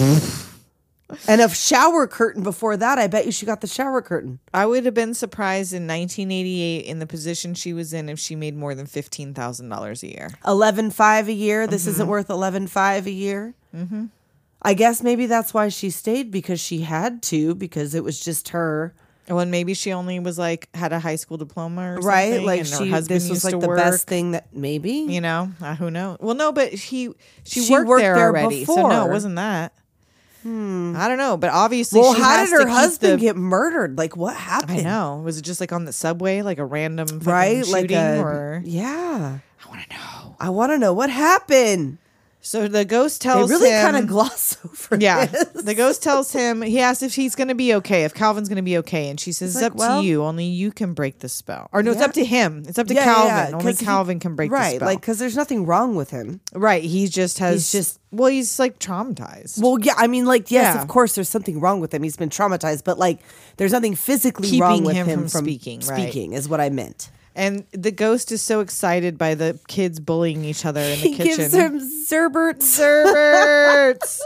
Speaker 7: And a shower curtain before that. I bet you she got the shower curtain.
Speaker 6: I would have been surprised in 1988 in the position she was in if she made more than fifteen thousand dollars a year.
Speaker 7: eleven five a year. This
Speaker 6: Mm-hmm.
Speaker 7: isn't worth eleven five a year. I guess maybe that's why she stayed because she had to because it was just her,
Speaker 6: Well, and maybe she only was like had a high school diploma, or
Speaker 7: right?
Speaker 6: something,
Speaker 7: Like
Speaker 6: and her
Speaker 7: she,
Speaker 6: husband
Speaker 7: this was
Speaker 6: used
Speaker 7: like
Speaker 6: to
Speaker 7: the
Speaker 6: work,
Speaker 7: best thing that maybe.
Speaker 6: You know, uh, who knows? Well, no, but he she,
Speaker 7: She
Speaker 6: worked,
Speaker 7: worked
Speaker 6: there,
Speaker 7: there
Speaker 6: already, so no,
Speaker 7: before. Hmm.
Speaker 6: it wasn't that. I don't know, but obviously,
Speaker 7: well,
Speaker 6: she
Speaker 7: how
Speaker 6: has
Speaker 7: did
Speaker 6: to
Speaker 7: her
Speaker 6: keep
Speaker 7: husband
Speaker 6: the-
Speaker 7: get murdered? Like what happened?
Speaker 6: I know. Was it just like on the subway, like a random fucking
Speaker 7: right?
Speaker 6: shooting,
Speaker 7: Like a,
Speaker 6: or
Speaker 7: yeah. I want to know. I want to know what happened.
Speaker 6: so the ghost
Speaker 7: They
Speaker 6: tells
Speaker 7: really
Speaker 6: him.
Speaker 7: kind of gloss over.
Speaker 6: Yeah.
Speaker 7: this.
Speaker 6: The ghost tells him, he asks if he's going to be okay, if Calvin's going to be okay. And she says, It's
Speaker 7: like,
Speaker 6: up
Speaker 7: well-
Speaker 6: to you. Only you can break the spell. Or no, it's
Speaker 7: Yeah.
Speaker 6: up to him. It's up to
Speaker 7: Yeah, yeah,
Speaker 6: Calvin.
Speaker 7: yeah,
Speaker 6: Only
Speaker 7: 'cause he-
Speaker 6: Calvin can break
Speaker 7: right,
Speaker 6: the spell.
Speaker 7: like because there's nothing wrong with him.
Speaker 6: right. He just has.
Speaker 7: He's just-
Speaker 6: Well, he's like traumatized.
Speaker 7: Well, yeah, I mean, like, yes,
Speaker 6: Yeah.
Speaker 7: of course, there's something wrong with him. He's been traumatized, but like, there's nothing physically
Speaker 6: Keeping
Speaker 7: wrong with
Speaker 6: him
Speaker 7: him,
Speaker 6: from speaking, right.
Speaker 7: Speaking is what I meant.
Speaker 6: and the ghost is so excited by the kids bullying each other in the
Speaker 7: He
Speaker 6: kitchen.
Speaker 7: gives him Zerberts.
Speaker 6: Zerberts.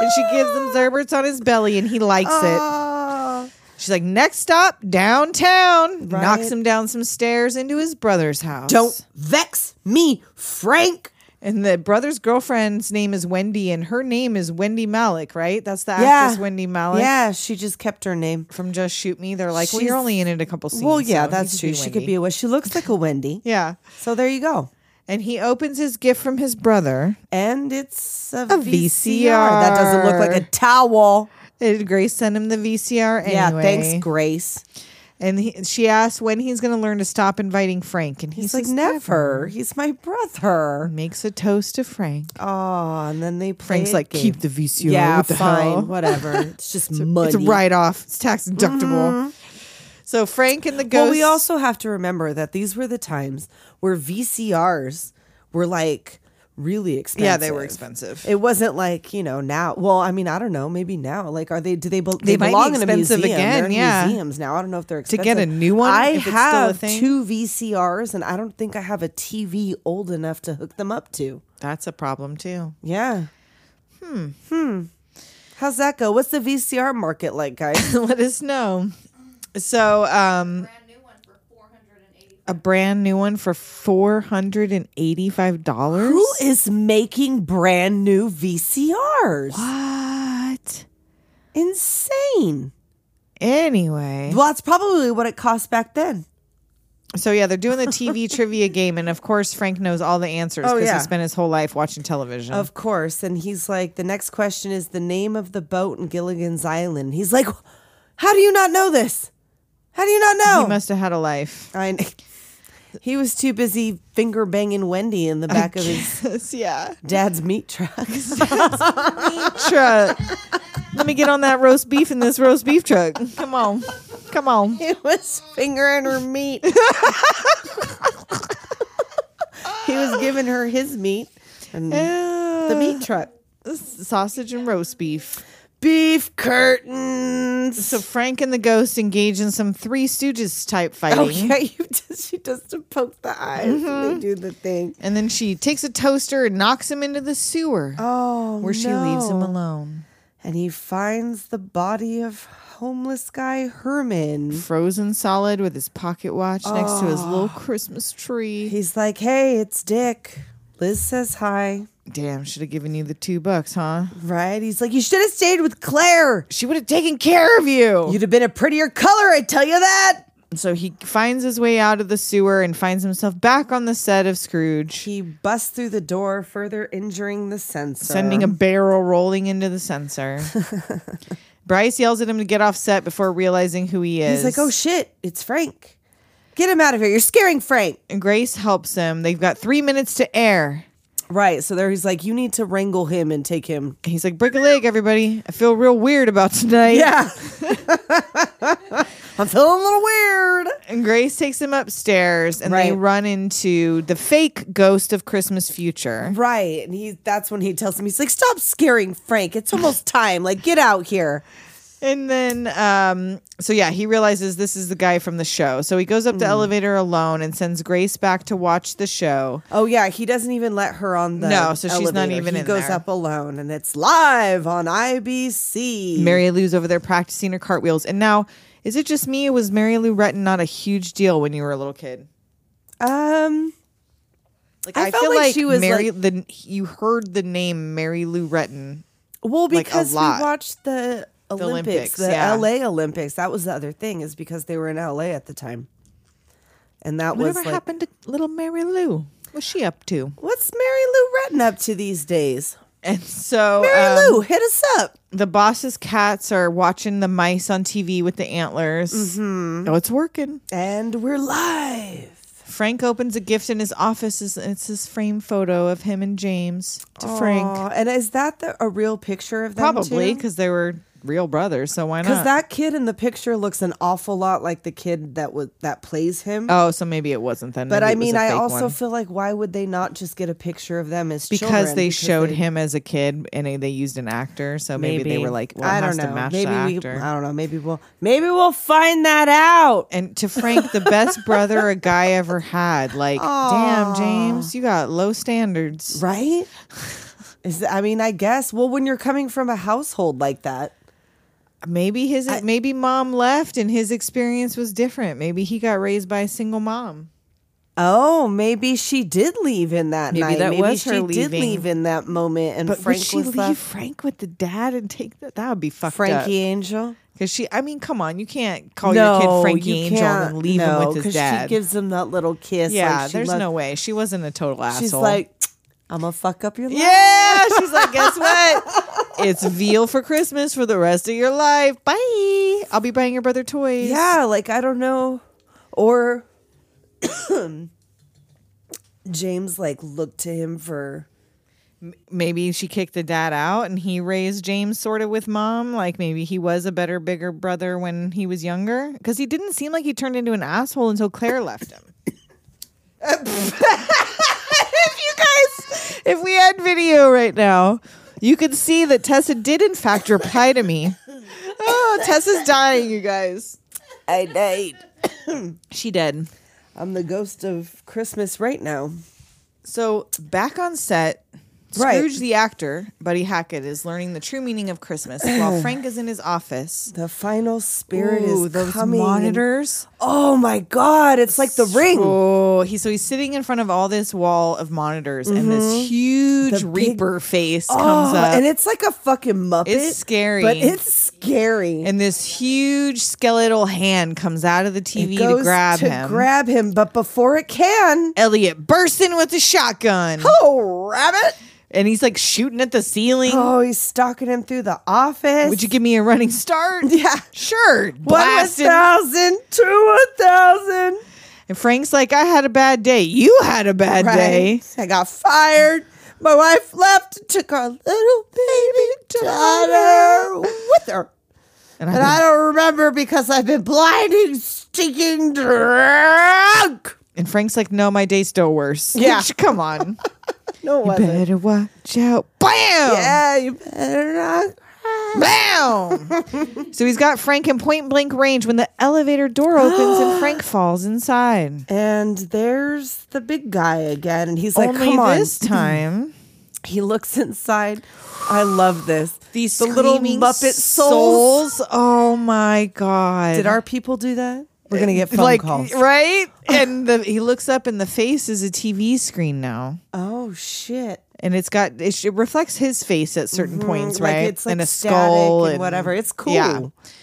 Speaker 6: and she gives him Zerberts on his belly, and he likes it. She's like, Next stop, downtown. Knocks
Speaker 7: Right.
Speaker 6: him down some stairs into his brother's house.
Speaker 7: Don't vex me, Frank.
Speaker 6: And the brother's girlfriend's name is Wendy, and her name is Wendy Malik, right? That's the actress Wendy Malik
Speaker 7: Yeah, she just kept her name.
Speaker 6: from Just Shoot Me. They're like, well,
Speaker 7: She's-
Speaker 6: you're only in it a couple scenes.
Speaker 7: well, yeah,
Speaker 6: so it
Speaker 7: that's
Speaker 6: needs
Speaker 7: true.
Speaker 6: to
Speaker 7: She could
Speaker 6: Wendy."
Speaker 7: be a She looks like a Wendy.
Speaker 6: Yeah.
Speaker 7: So there you go.
Speaker 6: And he opens his gift from his brother.
Speaker 7: And it's a,
Speaker 6: VCR.
Speaker 7: That doesn't look like a towel.
Speaker 6: And Grace sent him the VCR anyway.
Speaker 7: Yeah, thanks, Grace.
Speaker 6: And he, she asks when he's going to learn to stop inviting Frank. And he's
Speaker 7: He's like, never. He's my brother.
Speaker 6: Makes a toast to Frank.
Speaker 7: Oh, and then they play
Speaker 6: Frank's
Speaker 7: it
Speaker 6: like,
Speaker 7: game.
Speaker 6: keep the VCR.
Speaker 7: Yeah,
Speaker 6: what the
Speaker 7: fine,
Speaker 6: hell?
Speaker 7: whatever. It's just money. Mm-hmm.
Speaker 6: It's a write off. It's tax deductible. So Frank and the ghost.
Speaker 7: Well, we also have to remember that these were the times where VCRs were like really expensive.
Speaker 6: Yeah, they were expensive.
Speaker 7: It wasn't like you know now. Well, I mean, I don't know. Maybe now, like, are they? Do they? Be,
Speaker 6: They
Speaker 7: they,
Speaker 6: might be
Speaker 7: belong in a
Speaker 6: expensive
Speaker 7: museum.
Speaker 6: again,
Speaker 7: They're in
Speaker 6: yeah.
Speaker 7: museums now. I don't know if they're
Speaker 6: To
Speaker 7: expensive.
Speaker 6: get a new one,
Speaker 7: I
Speaker 6: if it's still a
Speaker 7: have
Speaker 6: thing.
Speaker 7: two VCRs, and I don't think I have a TV old enough to hook them up to.
Speaker 6: That's a problem too.
Speaker 7: Yeah. Hmm. Hmm. How's that go? What's the VCR market like, guys?
Speaker 6: Let us know. So, um, a brand new one for four hundred and eighty-five dollars.
Speaker 7: Who is making brand new VCRs?
Speaker 6: What?
Speaker 7: Insane.
Speaker 6: Anyway,
Speaker 7: Well, that's probably what it cost back then.
Speaker 6: so yeah, they're doing the TV trivia game, and of course, Frank knows all the answers
Speaker 7: Oh,
Speaker 6: because
Speaker 7: yeah.
Speaker 6: he spent his whole life watching television.
Speaker 7: Of course. And he's like, the next question is the name of the boat in Gilligan's Island. He's like, how do you not know this? How do you not know?
Speaker 6: he must have had a life.
Speaker 7: I kn- he was too busy finger banging Wendy in the back of his
Speaker 6: yeah.
Speaker 7: dad's meat truck.
Speaker 6: Truck. Let me get on that roast beef in this roast beef truck. Come on. Come on.
Speaker 7: he was fingering her meat. he was giving her his meat and the meat truck.
Speaker 6: Sausage and roast beef.
Speaker 7: Beef curtains.
Speaker 6: So Frank and the ghost engage in some Three Stooges type fighting.
Speaker 7: Oh yeah, Mm-hmm. you just she does to poke the eyes and they do the thing.
Speaker 6: And then she takes a toaster and knocks him into the sewer
Speaker 7: Oh,
Speaker 6: where she leaves him
Speaker 7: no.
Speaker 6: alone.
Speaker 7: And he finds the body of homeless guy Herman.
Speaker 6: Frozen solid with his pocket watch next to his
Speaker 7: Ah.
Speaker 6: little Christmas tree.
Speaker 7: He's like, "Hey, it's Dick." Liz says hi.
Speaker 6: Damn, should have given you the two bucks, huh?
Speaker 7: Right? He's like, "You should have stayed with Claire.
Speaker 6: She would have taken care of you.
Speaker 7: You'd have been a prettier color, I tell you that."
Speaker 6: So he finds his way out of the sewer and finds himself back on the set of Scrooge,
Speaker 7: He busts through the door, further injuring the sensor.
Speaker 6: sending a barrel rolling into the sensor. Bryce yells at him to get off set before realizing who he is.
Speaker 7: He's like, "Oh shit, it's Frank. Get him out of here. You're scaring Frank."
Speaker 6: And Grace helps him. They've got three minutes to air.
Speaker 7: Right. So there he's like, "You need to wrangle him and take him
Speaker 6: He's like, break a leg, everybody. I feel real weird about tonight.
Speaker 7: Yeah. I'm feeling a little weird.
Speaker 6: And Grace takes him upstairs and they
Speaker 7: Right.
Speaker 6: run into the fake ghost of Christmas future.
Speaker 7: Right. And he that's when he tells him he's like, Stop scaring Frank. It's almost time. Like, get out here.
Speaker 6: And then, um, so yeah, he realizes this is the guy from the show. So he goes
Speaker 7: Mm.
Speaker 6: up the elevator alone and sends Grace back to watch the show.
Speaker 7: Oh yeah, he doesn't even let her on the
Speaker 6: No, so she's not
Speaker 7: elevator.
Speaker 6: even
Speaker 7: he
Speaker 6: in
Speaker 7: goes
Speaker 6: there.
Speaker 7: up alone and it's live on IBC.
Speaker 6: Mary Lou's over there practicing her cartwheels. And now, is it just me? Or was Mary Lou Retton not a huge deal when you were a little kid?
Speaker 7: um
Speaker 6: Like
Speaker 7: I
Speaker 6: I,
Speaker 7: felt
Speaker 6: feel
Speaker 7: like
Speaker 6: like,
Speaker 7: she was,
Speaker 6: Mary.
Speaker 7: like-
Speaker 6: the you heard the name Mary Lou Retton.
Speaker 7: well
Speaker 6: Like, a
Speaker 7: because
Speaker 6: lot.
Speaker 7: we watched the Olympics,
Speaker 6: Olympics,
Speaker 7: the,
Speaker 6: yeah.
Speaker 7: LA Olympics. That was the other thing, is because they were in LA at the time. And that
Speaker 6: Whatever
Speaker 7: was like,
Speaker 6: happened to little Mary Lou? What's she up to?
Speaker 7: what's Mary Lou Retton up to these days?
Speaker 6: And so
Speaker 7: Mary
Speaker 6: um,
Speaker 7: Lou, hit us up.
Speaker 6: the boss's cats are watching the mice on TV with the antlers. Mm-hmm. Oh, it's working.
Speaker 7: And we're live.
Speaker 6: Frank opens a gift in his office. It's- It's his frame photo of him and James to Frank.
Speaker 7: Aw, and is that the, a real picture of them?
Speaker 6: Probably because they were real brothers. So why
Speaker 7: because
Speaker 6: not?
Speaker 7: that kid in the picture looks an awful lot like the kid that was that plays him.
Speaker 6: oh, so maybe it wasn't then.
Speaker 7: but
Speaker 6: Maybe
Speaker 7: I
Speaker 6: it was
Speaker 7: mean,
Speaker 6: a
Speaker 7: I
Speaker 6: fake
Speaker 7: also
Speaker 6: one.
Speaker 7: feel like why would they not just get a picture of them as
Speaker 6: because
Speaker 7: children?
Speaker 6: they showed
Speaker 7: they-
Speaker 6: him as a kid and they- they used an actor. So maybe, they were like, well, it
Speaker 7: I don't
Speaker 6: has
Speaker 7: know.
Speaker 6: to match
Speaker 7: maybe
Speaker 6: the
Speaker 7: we,
Speaker 6: actor.
Speaker 7: I don't know. Maybe we'll maybe we'll find that out.
Speaker 6: and to Frank, the best brother a guy ever had. Like, damn, James, you got low standards.
Speaker 7: Right? Is I mean, I guess. Well, when you're coming from a household like that,
Speaker 6: Maybe his maybe mom left and his experience was different. Maybe he got raised by a single mom.
Speaker 7: Oh, maybe she did leave in that
Speaker 6: Maybe
Speaker 7: night.
Speaker 6: that
Speaker 7: maybe
Speaker 6: was
Speaker 7: she
Speaker 6: her
Speaker 7: did
Speaker 6: leaving.
Speaker 7: leave in that moment, and
Speaker 6: But
Speaker 7: Frank
Speaker 6: would she
Speaker 7: was
Speaker 6: leave
Speaker 7: left.
Speaker 6: Frank with the dad and take that? That would be fucked
Speaker 7: Frankie
Speaker 6: up.
Speaker 7: Angel.
Speaker 6: Because she, I mean, come on, you can't call Oh, your kid Frankie
Speaker 7: you
Speaker 6: Angel
Speaker 7: can't.
Speaker 6: and leave
Speaker 7: No,
Speaker 6: him with
Speaker 7: 'cause
Speaker 6: his dad.
Speaker 7: She gives him that little kiss.
Speaker 6: yeah,
Speaker 7: like she
Speaker 6: there's
Speaker 7: loved-
Speaker 6: no way she wasn't a total asshole.
Speaker 7: She's like, I'm gonna fuck up your life.
Speaker 6: yeah, she's like, guess what? It's veal for Christmas for the rest of your life. Bye. I'll be buying your brother toys.
Speaker 7: yeah. Like I don't know, or James like looked to him for.
Speaker 6: maybe she kicked the dad out and he raised James sort of with mom. Like maybe he was a better, bigger brother when he was younger because he didn't seem like he turned into an asshole until Claire left him. if you guys if we had video right now, you could see that Tessa did in fact reply to me. Oh, Tessa's dying, you guys.
Speaker 7: I died.
Speaker 6: She did.
Speaker 7: I'm the ghost of Christmas right now.
Speaker 6: So back on set,
Speaker 7: Right.
Speaker 6: Scrooge the actor, Buddy Hackett, is learning the true meaning of Christmas while Frank is in his office.
Speaker 7: The final spirit
Speaker 6: Ooh,
Speaker 7: is
Speaker 6: those
Speaker 7: coming.
Speaker 6: monitors.
Speaker 7: Oh my god, it's like the ring.
Speaker 6: Oh, he so he's sitting in front of all this wall of monitors, and this huge
Speaker 7: Mm-hmm. The big-
Speaker 6: Reaper face comes
Speaker 7: Oh,
Speaker 6: up,
Speaker 7: And
Speaker 6: and,
Speaker 7: it's like a fucking Muppet.
Speaker 6: It's scary.
Speaker 7: But it's scary.
Speaker 6: this huge skeletal hand comes out of the TV to
Speaker 7: goes
Speaker 6: grab him.
Speaker 7: grab him, but before it can,
Speaker 6: Elliot bursts in with a shotgun,
Speaker 7: oh rabbit!
Speaker 6: and he's like shooting at the ceiling.
Speaker 7: Oh, he's stalking him through the office.
Speaker 6: Would you give me a running start?
Speaker 7: Yeah.
Speaker 6: sure.
Speaker 7: one a
Speaker 6: blast him.
Speaker 7: thousand, two a thousand?
Speaker 6: And Frank's like, I had a bad day. You had a bad day.
Speaker 7: I got fired. My wife left, and took our little baby daughter with her.
Speaker 6: And
Speaker 7: And
Speaker 6: I,
Speaker 7: I don't remember because I've been blinding, stinking drunk.
Speaker 6: and Frank's like, no, my day's still worse.
Speaker 7: Yeah.
Speaker 6: Come on.
Speaker 7: No, it wasn't.
Speaker 6: Better watch out. Bam!
Speaker 7: Yeah, you better not.
Speaker 6: Bam! so he's got Frank in point blank range when the elevator door opens and Frank falls inside.
Speaker 7: And there's the big guy again, and he's like,
Speaker 6: Only
Speaker 7: "Come on!"
Speaker 6: this time,
Speaker 7: He looks inside. I love this.
Speaker 6: these
Speaker 7: the little
Speaker 6: screaming
Speaker 7: Muppet souls.
Speaker 6: Oh my god!
Speaker 7: Did our people do that? We're gonna get phone
Speaker 6: like
Speaker 7: calls.
Speaker 6: right? And the, he looks up, and the face is a TV screen now.
Speaker 7: Oh shit!
Speaker 6: and it's got it, sh- it reflects his face at certain points,
Speaker 7: Mm-hmm. Like
Speaker 6: right?
Speaker 7: it's like
Speaker 6: and a
Speaker 7: static
Speaker 6: skull
Speaker 7: and whatever. It's cool.
Speaker 6: Yeah.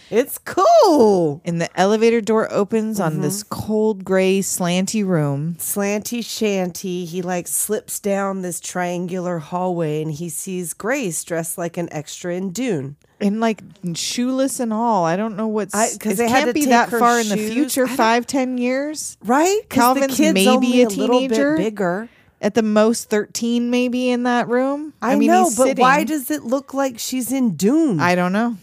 Speaker 7: It's cool.
Speaker 6: And the elevator door opens on this
Speaker 7: Mm-hmm.
Speaker 6: cold gray slanty room.
Speaker 7: Slanty Shanty, he like slips down this triangular hallway and he sees Grace dressed like an extra in Dune.
Speaker 6: And like shoeless and all, I don't know what's
Speaker 7: I- 'cause
Speaker 6: it
Speaker 7: they had
Speaker 6: can't
Speaker 7: to
Speaker 6: be
Speaker 7: take
Speaker 6: that
Speaker 7: her
Speaker 6: far in
Speaker 7: shoes.
Speaker 6: the future,
Speaker 7: I don't-
Speaker 6: five ten years
Speaker 7: Right? 'Cause
Speaker 6: Calvin's
Speaker 7: the kid's
Speaker 6: maybe
Speaker 7: only
Speaker 6: a
Speaker 7: little
Speaker 6: teenager.
Speaker 7: bit bigger.
Speaker 6: at the most, thirteen maybe in that room.
Speaker 7: I,
Speaker 6: mean,
Speaker 7: know,
Speaker 6: he's
Speaker 7: but why
Speaker 6: sitting.
Speaker 7: does it look like she's in Dune?
Speaker 6: I don't know?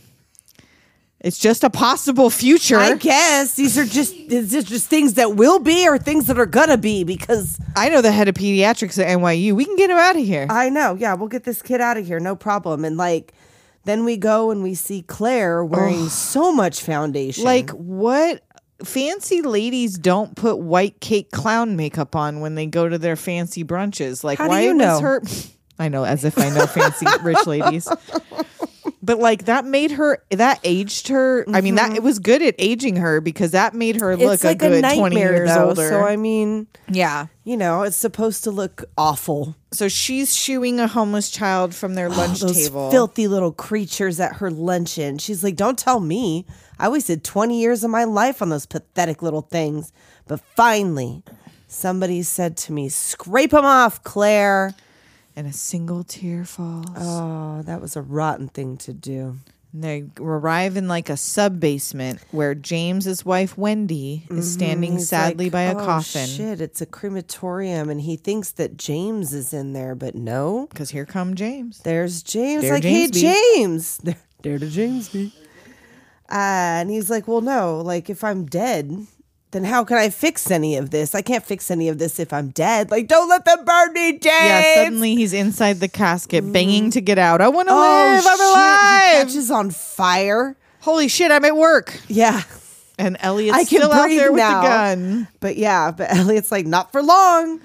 Speaker 6: It's just a possible future.
Speaker 7: I guess these are just these are just things that will be or things that are gonna be because
Speaker 6: I know the head of pediatrics at NYU. We can get him out of here.
Speaker 7: I know, yeah, we'll get this kid out of here, no problem. And like then we go and we see Claire wearing so much foundation.
Speaker 6: Like what fancy ladies don't put white cake clown makeup on when they go to their fancy brunches. Like
Speaker 7: How do
Speaker 6: why
Speaker 7: you
Speaker 6: was
Speaker 7: know?
Speaker 6: her I know as if I know fancy rich ladies. But like that made her that aged her. I mean that it was good at aging her because that made her look
Speaker 7: Mm-hmm. it's like
Speaker 6: a
Speaker 7: a,
Speaker 6: good
Speaker 7: nightmare
Speaker 6: twenty years
Speaker 7: though,
Speaker 6: older.
Speaker 7: So I mean,
Speaker 6: yeah.
Speaker 7: you know, it's supposed to look awful.
Speaker 6: So she's shooing a homeless child from their lunch
Speaker 7: Oh, Those
Speaker 6: table.
Speaker 7: filthy little creatures at her luncheon. She's like, "Don't tell me. I wasted 20 years of my life on those pathetic little things." But finally, somebody said to me, "Scrape them off, Claire."
Speaker 6: and a single tear falls.
Speaker 7: Oh, that was a rotten thing to do.
Speaker 6: And They arrive in like a sub basement where James's wife Wendy is standing
Speaker 7: He's
Speaker 6: sadly
Speaker 7: Mm-hmm. like,
Speaker 6: by a
Speaker 7: "Oh,
Speaker 6: coffin.
Speaker 7: Shit, it's a crematorium and he thinks that James is in there, but no.
Speaker 6: Because here come James.
Speaker 7: There's James.
Speaker 6: There
Speaker 7: like, hey,
Speaker 6: James be."
Speaker 7: James. There, there to James be. Uh, and he's like, well, no. Like, if I'm dead, then how can I fix any of this? I can't fix any of this if I'm dead. Like, don't let them burn me, James. Mm.
Speaker 6: Yeah, suddenly he's inside the casket, banging to get out. I want to
Speaker 7: Oh,
Speaker 6: live.
Speaker 7: shit.
Speaker 6: I'm
Speaker 7: He
Speaker 6: alive.
Speaker 7: catches on fire.
Speaker 6: Holy shit, I'm at work.
Speaker 7: Yeah.
Speaker 6: And Elliot's
Speaker 7: I can
Speaker 6: still out
Speaker 7: breathe
Speaker 6: there with
Speaker 7: now.
Speaker 6: the gun.
Speaker 7: But yeah, but Elliot's like, not for long.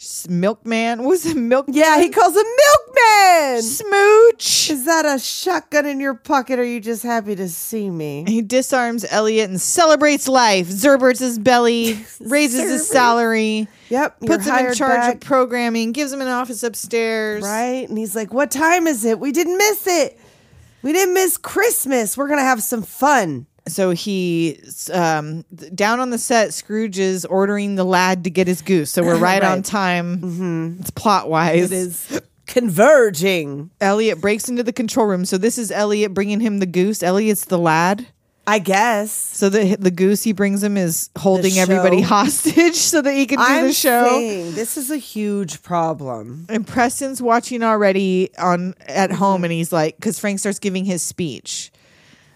Speaker 6: S- Milkman was a milk.
Speaker 7: Yeah, he calls him Milkman.
Speaker 6: smooch.
Speaker 7: Is that a shotgun in your pocket? Or are you just happy to see me?
Speaker 6: He disarms Elliot and celebrates life. Zerberts his belly, raises his
Speaker 7: Zerberts.
Speaker 6: salary.
Speaker 7: Yep. you're
Speaker 6: puts him in
Speaker 7: hired
Speaker 6: charge
Speaker 7: back.
Speaker 6: of programming, gives him an office upstairs.
Speaker 7: Right? And he's like, What time is it? We didn't miss it. We didn't miss Christmas. We're going to have some fun.
Speaker 6: So he, um, th- down on the set, Scrooge is ordering the lad to get his goose. So we're right, on
Speaker 7: Right. Mm-hmm.
Speaker 6: time. It's plot wise.
Speaker 7: is converging,
Speaker 6: Elliot breaks into the control room. So this is Elliot bringing him the goose. Elliot's the lad.
Speaker 7: I guess.
Speaker 6: So the the goose he brings him is holding
Speaker 7: show.
Speaker 6: everybody hostage so that he can do
Speaker 7: I'm
Speaker 6: the show.
Speaker 7: saying this is a huge problem.
Speaker 6: And Preston's
Speaker 7: Mm-hmm.
Speaker 6: watching already on at home, and he's like, because Frank starts giving his speech,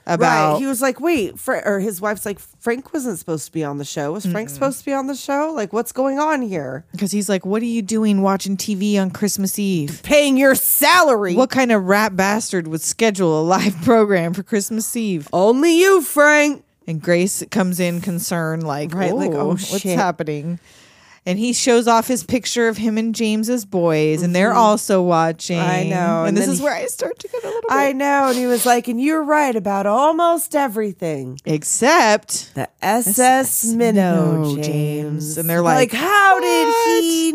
Speaker 6: about
Speaker 7: right. He was like, wait, Fra- or his wife's like, Frank wasn't supposed to be on the show. Was Frank supposed to be on the show? Like, what's going on here?
Speaker 6: because he's like, "What are you doing watching TV on Christmas Eve?
Speaker 7: Paying your salary.
Speaker 6: What kind of rat bastard would schedule a live program for Christmas Eve?"
Speaker 7: Only you, Frank.
Speaker 6: And Grace comes in concerned, like,
Speaker 7: Right,
Speaker 6: oh,
Speaker 7: like, oh,
Speaker 6: what's
Speaker 7: shit."
Speaker 6: happening? And he shows off his picture of him and James as boys, and they're also watching.
Speaker 7: Mm-hmm. I know,
Speaker 6: And,
Speaker 7: and
Speaker 6: this
Speaker 7: then
Speaker 6: is
Speaker 7: he-
Speaker 6: where I start to get a little bit.
Speaker 7: I know. And he was like, and you're right about almost everything.
Speaker 6: Except
Speaker 7: The SS Minnow,
Speaker 6: Minnow,
Speaker 7: James.
Speaker 6: James. And they're like,
Speaker 7: how did he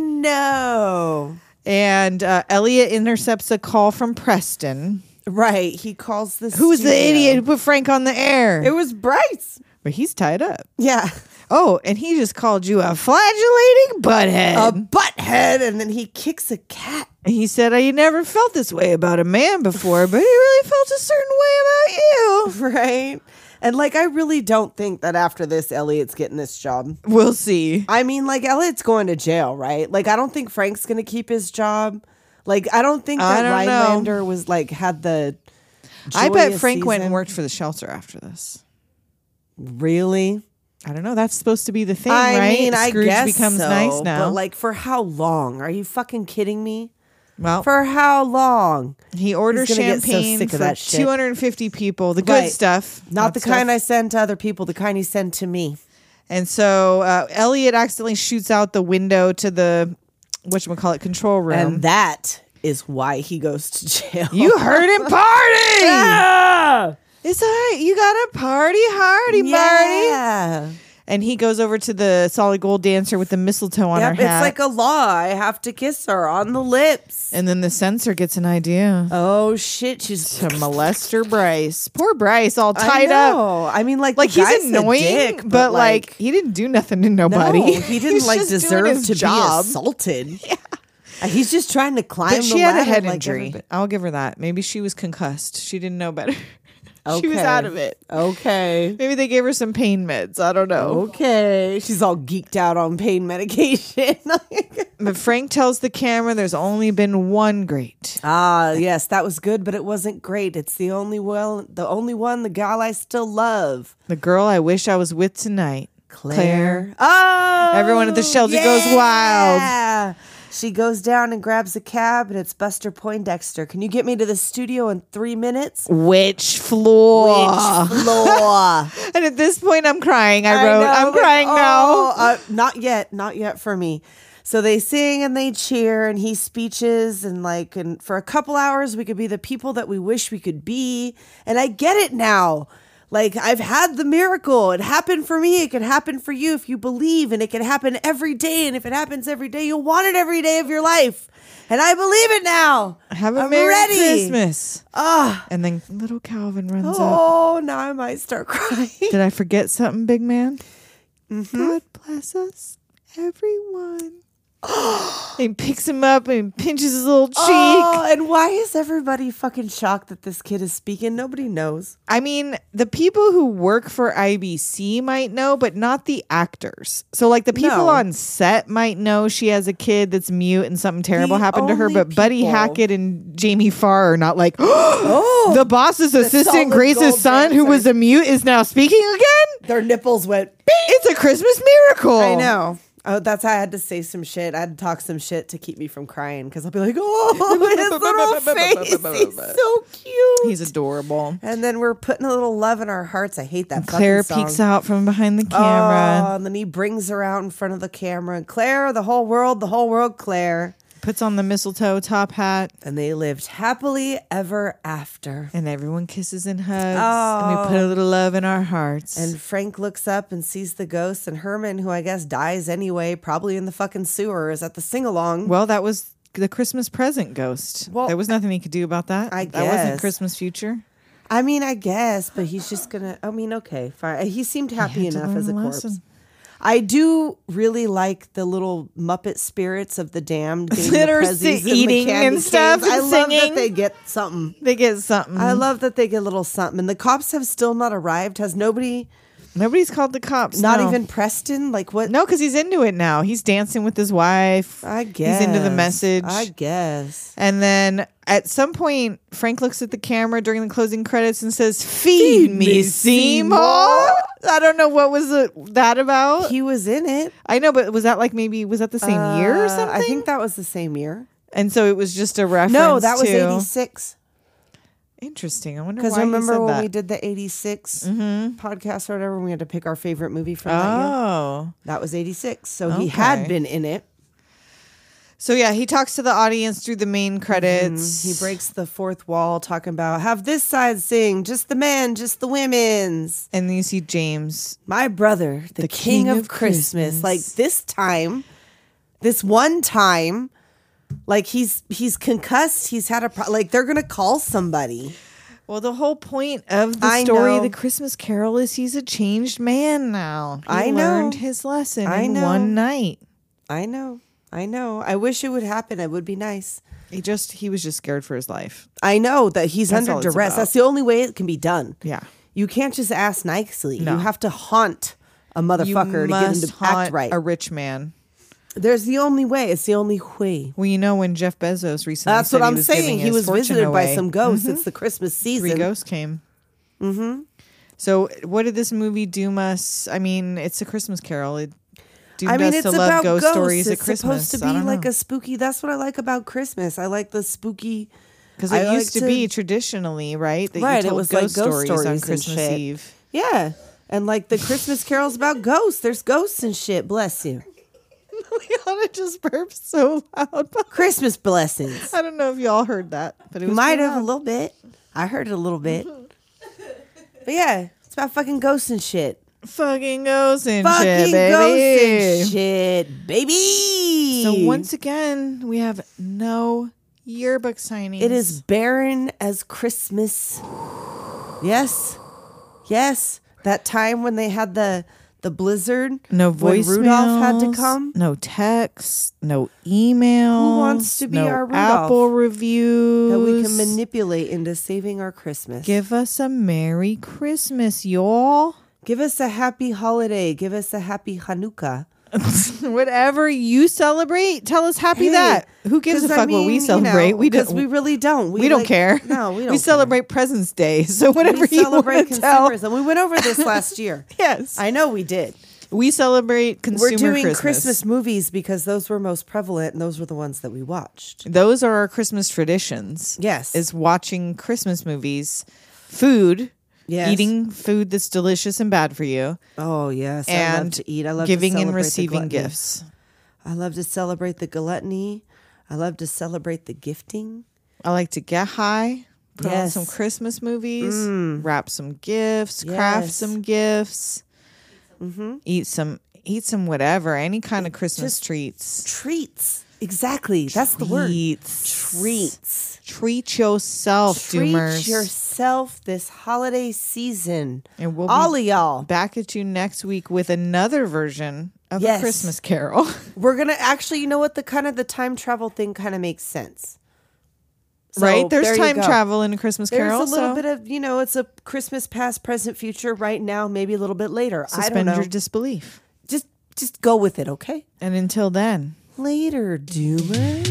Speaker 7: know?
Speaker 6: and uh, Elliot intercepts a call from Preston.
Speaker 7: Right. He calls this.
Speaker 6: Who's the idiot who put Frank on the air?
Speaker 7: It was Bryce.
Speaker 6: but he's tied up.
Speaker 7: Yeah.
Speaker 6: Oh, and he just called you a flagellating
Speaker 7: A
Speaker 6: butthead.
Speaker 7: butthead. And then he kicks a cat.
Speaker 6: and he said, I never felt this way about a man before, but he really felt a certain way about you.
Speaker 7: Right. And like, I really don't think that after this, Elliot's getting this job.
Speaker 6: We'll see.
Speaker 7: I mean, like, Elliot's going to jail, right? Like, I don't think Frank's going to keep his job. Like, I don't think
Speaker 6: I
Speaker 7: that
Speaker 6: don't know.
Speaker 7: Rhinelander was like, had the.
Speaker 6: I bet
Speaker 7: joyous
Speaker 6: Frank went and
Speaker 7: season.
Speaker 6: worked for the shelter after this.
Speaker 7: Really?
Speaker 6: I don't know. That's supposed to be the thing,
Speaker 7: I
Speaker 6: right?
Speaker 7: mean, I
Speaker 6: Scrooge
Speaker 7: guess
Speaker 6: becomes
Speaker 7: so,
Speaker 6: nice now.
Speaker 7: But like, for how long? Are you fucking kidding me?
Speaker 6: well,
Speaker 7: For how long?
Speaker 6: he orders
Speaker 7: he's gonna get so
Speaker 6: champagne
Speaker 7: sick of
Speaker 6: for
Speaker 7: that shit.
Speaker 6: 250 people, the good
Speaker 7: Right.
Speaker 6: stuff,
Speaker 7: Not the kind I
Speaker 6: stuff.
Speaker 7: send to other people. The kind you send to me.
Speaker 6: And so uh, Elliot accidentally shoots out the window to the what call it control room.
Speaker 7: And that is why he goes to jail.
Speaker 6: You heard him party. It's all right. You got to party hardy, Marty.
Speaker 7: yeah.
Speaker 6: And he goes over to the solid gold dancer with the mistletoe on
Speaker 7: Yep,
Speaker 6: her
Speaker 7: it's
Speaker 6: hat.
Speaker 7: like a law. I have to kiss her on the lips.
Speaker 6: and then the censor gets an idea
Speaker 7: Oh shit, she's
Speaker 6: to molester Bryce. Poor Bryce, all
Speaker 7: I
Speaker 6: tied up.
Speaker 7: know. I mean, like,
Speaker 6: Like
Speaker 7: the
Speaker 6: he's
Speaker 7: guy's a
Speaker 6: annoying,
Speaker 7: dick,
Speaker 6: but, like, he didn't do nothing to nobody.
Speaker 7: no, he didn't
Speaker 6: He's
Speaker 7: like
Speaker 6: just doing
Speaker 7: deserve
Speaker 6: his
Speaker 7: to
Speaker 6: job.
Speaker 7: be assaulted. Uh, He's just trying to climb.
Speaker 6: But
Speaker 7: the
Speaker 6: she had a
Speaker 7: ladder
Speaker 6: head
Speaker 7: like
Speaker 6: injury.
Speaker 7: everybody-
Speaker 6: I'll give her that. Maybe she was concussed. She didn't know better. She was
Speaker 7: Okay.
Speaker 6: out of it.
Speaker 7: Okay.
Speaker 6: Maybe they gave her some pain meds. I don't know.
Speaker 7: Okay. She's all geeked out on pain medication.
Speaker 6: But Frank tells the camera there's only been one great.
Speaker 7: ah, yes, that was good, but it wasn't great. It's the only well, the only one, the gal I still love,
Speaker 6: The girl I wish I was with tonight.
Speaker 7: Claire. Oh,
Speaker 6: Everyone at the shelter goes wild.
Speaker 7: yeah. She goes down and grabs a cab, and it's Buster Poindexter. Can you get me to the studio in three minutes?
Speaker 6: Which floor?
Speaker 7: Which floor?
Speaker 6: And at this point, I'm crying. I wrote,
Speaker 7: know,
Speaker 6: I'm
Speaker 7: like,
Speaker 6: crying
Speaker 7: oh,
Speaker 6: now.
Speaker 7: uh, not yet, not yet for me. So they sing and they cheer, and he speeches, and like, and for a couple hours, we could be the people that we wish we could be. And I get it now. Like, I've had the miracle. It happened for me. It can happen for you if you believe, and it can happen every day. And if it happens every day, you'll want it every day of your life. And I believe it now.
Speaker 6: Have a
Speaker 7: I'm
Speaker 6: Merry
Speaker 7: ready.
Speaker 6: Christmas.
Speaker 7: Ah.
Speaker 6: And then little Calvin runs up.
Speaker 7: Oh, now I might start crying.
Speaker 6: Did I forget something, big man?
Speaker 7: Mm-hmm.
Speaker 6: God bless us, everyone. and he picks him up and pinches his little cheek.
Speaker 7: Oh, and why is everybody fucking shocked that this kid is speaking? Nobody knows.
Speaker 6: I mean, the people who work for IBC might know, but not the actors. So, like, the people
Speaker 7: No.
Speaker 6: on set might know she has a kid that's mute and something terrible
Speaker 7: The
Speaker 6: happened to her,
Speaker 7: only
Speaker 6: but Buddy
Speaker 7: people-
Speaker 6: Hackett and Jamie Farr are not like,
Speaker 7: Oh,
Speaker 6: the boss's assistant,
Speaker 7: solid
Speaker 6: Grace's
Speaker 7: gold
Speaker 6: son, who was
Speaker 7: dancer.
Speaker 6: a mute, is now speaking again?
Speaker 7: their nipples went.
Speaker 6: It's a Christmas miracle.
Speaker 7: I know. Oh, that's how I had to say some shit. I had to talk some shit to keep me from crying because I'll be like, oh, his little face, he's so cute.
Speaker 6: He's adorable.
Speaker 7: and then we're putting a little love in our hearts. I hate that. fucking
Speaker 6: Claire
Speaker 7: song.
Speaker 6: peeks out from behind the
Speaker 7: Oh,
Speaker 6: camera,
Speaker 7: and then he brings her out in front of the camera. And Claire, the whole world, the whole world, Claire.
Speaker 6: puts on the mistletoe top hat,
Speaker 7: And they lived happily ever after.
Speaker 6: and everyone kisses and hugs. And we put a little love in our hearts.
Speaker 7: Ah. And Frank looks up and sees the ghost, and Herman, who I guess dies anyway, probably in the fucking sewer, is at the sing along.
Speaker 6: Well, that was the Christmas present ghost.
Speaker 7: Well,
Speaker 6: there was nothing he could do about that.
Speaker 7: I
Speaker 6: That wasn't
Speaker 7: guess.
Speaker 6: Christmas future.
Speaker 7: I mean, I guess, but he's just gonna. I mean, okay, fine. He seemed happy
Speaker 6: had to
Speaker 7: enough
Speaker 6: learn
Speaker 7: as a
Speaker 6: the
Speaker 7: corpse.
Speaker 6: lesson.
Speaker 7: I do really like the little Muppet spirits of the damned getting
Speaker 6: That
Speaker 7: the
Speaker 6: are
Speaker 7: prezzies
Speaker 6: si-
Speaker 7: and the
Speaker 6: eating
Speaker 7: candy
Speaker 6: and stuff
Speaker 7: canes. I
Speaker 6: and
Speaker 7: love that
Speaker 6: singing. Mm-hmm.
Speaker 7: they get something.
Speaker 6: They get something.
Speaker 7: I love that they get a little something. And the cops have still not arrived. Has nobody
Speaker 6: Nobody's called the cops.
Speaker 7: Not
Speaker 6: no.
Speaker 7: even Preston. Like what?
Speaker 6: No, because he's into it now. He's dancing with his wife.
Speaker 7: I guess
Speaker 6: he's into the message.
Speaker 7: I guess
Speaker 6: And then at some point, Frank looks at the camera during the closing credits and says, "Feed, me,
Speaker 7: me,
Speaker 6: Seymour."
Speaker 7: Seymour.
Speaker 6: I don't know what was the, that about.
Speaker 7: he was in it.
Speaker 6: I know, but was that like maybe was that the same year or
Speaker 7: Uh,
Speaker 6: something?
Speaker 7: I think that was the same year.
Speaker 6: and so it was just a reference.
Speaker 7: No, that was
Speaker 6: to-
Speaker 7: eighty six.
Speaker 6: Interesting. I wonder why
Speaker 7: Because
Speaker 6: he
Speaker 7: remember
Speaker 6: said
Speaker 7: when
Speaker 6: that.
Speaker 7: we did the eighty Mm-hmm. podcast or whatever, we had to pick our favorite movie from that year.
Speaker 6: Oh,
Speaker 7: That was eighty six. So he had
Speaker 6: Okay.
Speaker 7: been in it.
Speaker 6: so yeah, he talks to the audience through the main credits.
Speaker 7: He breaks the fourth wall, talking about have this side sing, just the men, just the women's.
Speaker 6: and then you see James.
Speaker 7: My brother, the, king, of, Christmas.
Speaker 6: Christmas.
Speaker 7: Like this time, this one time, like he's he's concussed. He's had a pro- like they're gonna call somebody.
Speaker 6: Well, the whole point of the
Speaker 7: I
Speaker 6: story,
Speaker 7: know.
Speaker 6: the Christmas Carol, is he's a changed man now. He
Speaker 7: I
Speaker 6: learned
Speaker 7: know.
Speaker 6: his lesson
Speaker 7: I
Speaker 6: in
Speaker 7: know.
Speaker 6: one night.
Speaker 7: I know, I know. I wish it would happen. It would be nice.
Speaker 6: He just he was just scared for his life.
Speaker 7: I know that he's
Speaker 6: That's all
Speaker 7: under
Speaker 6: it's
Speaker 7: duress.
Speaker 6: about.
Speaker 7: That's the only way it can be done.
Speaker 6: Yeah.
Speaker 7: You can't just ask nicely.
Speaker 6: No.
Speaker 7: You have to haunt a
Speaker 6: You
Speaker 7: motherfucker to get him
Speaker 6: must
Speaker 7: to
Speaker 6: haunt
Speaker 7: act right.
Speaker 6: a rich man.
Speaker 7: There's the only way. It's the only way.
Speaker 6: Well, you know when Jeff Bezos recently
Speaker 7: That's
Speaker 6: said
Speaker 7: what
Speaker 6: he
Speaker 7: I'm
Speaker 6: was
Speaker 7: saying.
Speaker 6: giving
Speaker 7: He
Speaker 6: his
Speaker 7: was
Speaker 6: fortune
Speaker 7: visited by
Speaker 6: away, Mm-hmm.
Speaker 7: some ghosts. It's the Christmas
Speaker 6: three
Speaker 7: season.
Speaker 6: ghosts came. Mm-hmm. So what did this movie doom us? I mean, it's a Christmas Carol. It doomed
Speaker 7: I mean,
Speaker 6: us
Speaker 7: it's
Speaker 6: to love
Speaker 7: about
Speaker 6: ghost
Speaker 7: ghosts.
Speaker 6: stories
Speaker 7: it's
Speaker 6: at Christmas.
Speaker 7: supposed to
Speaker 6: I
Speaker 7: be
Speaker 6: don't
Speaker 7: like
Speaker 6: know.
Speaker 7: a spooky. That's what I like about Christmas. I like the spooky.
Speaker 6: Because
Speaker 7: I
Speaker 6: it
Speaker 7: like
Speaker 6: used to, be traditionally, right? That
Speaker 7: Right, it
Speaker 6: you told
Speaker 7: was like
Speaker 6: ghost,
Speaker 7: ghost
Speaker 6: stories,
Speaker 7: stories
Speaker 6: on
Speaker 7: and
Speaker 6: Christmas
Speaker 7: shit.
Speaker 6: Eve.
Speaker 7: Yeah, and like the Christmas carols about ghosts. There's ghosts and shit. Bless you.
Speaker 6: Liana just burped so loud.
Speaker 7: Christmas blessings.
Speaker 6: I don't know if y'all heard that, but it was
Speaker 7: Might
Speaker 6: pretty Mm-hmm.
Speaker 7: have a
Speaker 6: loud.
Speaker 7: little bit. I heard it a little bit. But yeah, it's about fucking ghosts and shit.
Speaker 6: fucking ghosts and
Speaker 7: Fucking
Speaker 6: shit, baby.
Speaker 7: ghosts and shit, baby.
Speaker 6: So once again, we have no yearbook signings.
Speaker 7: It is barren as Christmas. Yes. Yes. That time when they had the the blizzard.
Speaker 6: no
Speaker 7: when
Speaker 6: voice.
Speaker 7: Rudolph had to come.
Speaker 6: No text. No email.
Speaker 7: Who wants to be
Speaker 6: no
Speaker 7: our Rudolph?
Speaker 6: Apple reviews
Speaker 7: That we can manipulate into saving our Christmas.
Speaker 6: Give us a Merry Christmas, y'all.
Speaker 7: Give us a happy holiday. Give us a happy Hanukkah.
Speaker 6: Whatever you celebrate, tell us happy
Speaker 7: Hey,
Speaker 6: that. Who gives a
Speaker 7: 'cause I
Speaker 6: fuck what we
Speaker 7: mean, you
Speaker 6: celebrate?
Speaker 7: know,
Speaker 6: we
Speaker 7: 'cause
Speaker 6: just
Speaker 7: we really don't.
Speaker 6: we, don't
Speaker 7: like-
Speaker 6: care.
Speaker 7: No, we don't.
Speaker 6: We
Speaker 7: care.
Speaker 6: celebrate Presents Day, so whatever
Speaker 7: We
Speaker 6: you
Speaker 7: celebrate
Speaker 6: wanna tell.
Speaker 7: consumerism. We went over this last year.
Speaker 6: Yes,
Speaker 7: I know we did.
Speaker 6: we celebrate consumer
Speaker 7: We're doing
Speaker 6: Christmas.
Speaker 7: Christmas. movies because those were most prevalent and those were the ones that we watched.
Speaker 6: Those are our Christmas traditions.
Speaker 7: Yes.
Speaker 6: is watching Christmas movies, food,
Speaker 7: Yes.
Speaker 6: eating food that's delicious and bad for you,
Speaker 7: Oh yes, I love
Speaker 6: and
Speaker 7: to eat. I love
Speaker 6: giving
Speaker 7: to
Speaker 6: and
Speaker 7: celebrate the
Speaker 6: receiving
Speaker 7: gluttony.
Speaker 6: gifts.
Speaker 7: I love to celebrate the gluttony. I love to celebrate the gifting.
Speaker 6: I like to get high, put
Speaker 7: Yes. Mm.
Speaker 6: on some Christmas movies, wrap some gifts, craft
Speaker 7: Yes. Mm-hmm.
Speaker 6: some gifts, eat some eat some whatever, any kind of Christmas treats.
Speaker 7: Treats. Exactly. That's the word.
Speaker 6: Treats.
Speaker 7: Treats.
Speaker 6: Treat yourself,
Speaker 7: Treat
Speaker 6: doomers.
Speaker 7: yourself this holiday season.
Speaker 6: And we'll be-
Speaker 7: all of y'all.
Speaker 6: Back at you next week with another version of
Speaker 7: Yes.
Speaker 6: a Christmas Carol.
Speaker 7: We're gonna actually, you know what? The kind of the time travel thing kind of makes sense. So,
Speaker 6: right? There's
Speaker 7: there you
Speaker 6: time
Speaker 7: go.
Speaker 6: travel in a Christmas
Speaker 7: There's a
Speaker 6: Carol.
Speaker 7: little
Speaker 6: so
Speaker 7: bit of you know, it's a Christmas past, present, future, right now, maybe a little bit later. I don't
Speaker 6: suspend
Speaker 7: know.
Speaker 6: your disbelief.
Speaker 7: just just go with it, okay?
Speaker 6: And until then.
Speaker 7: Later, Doomer.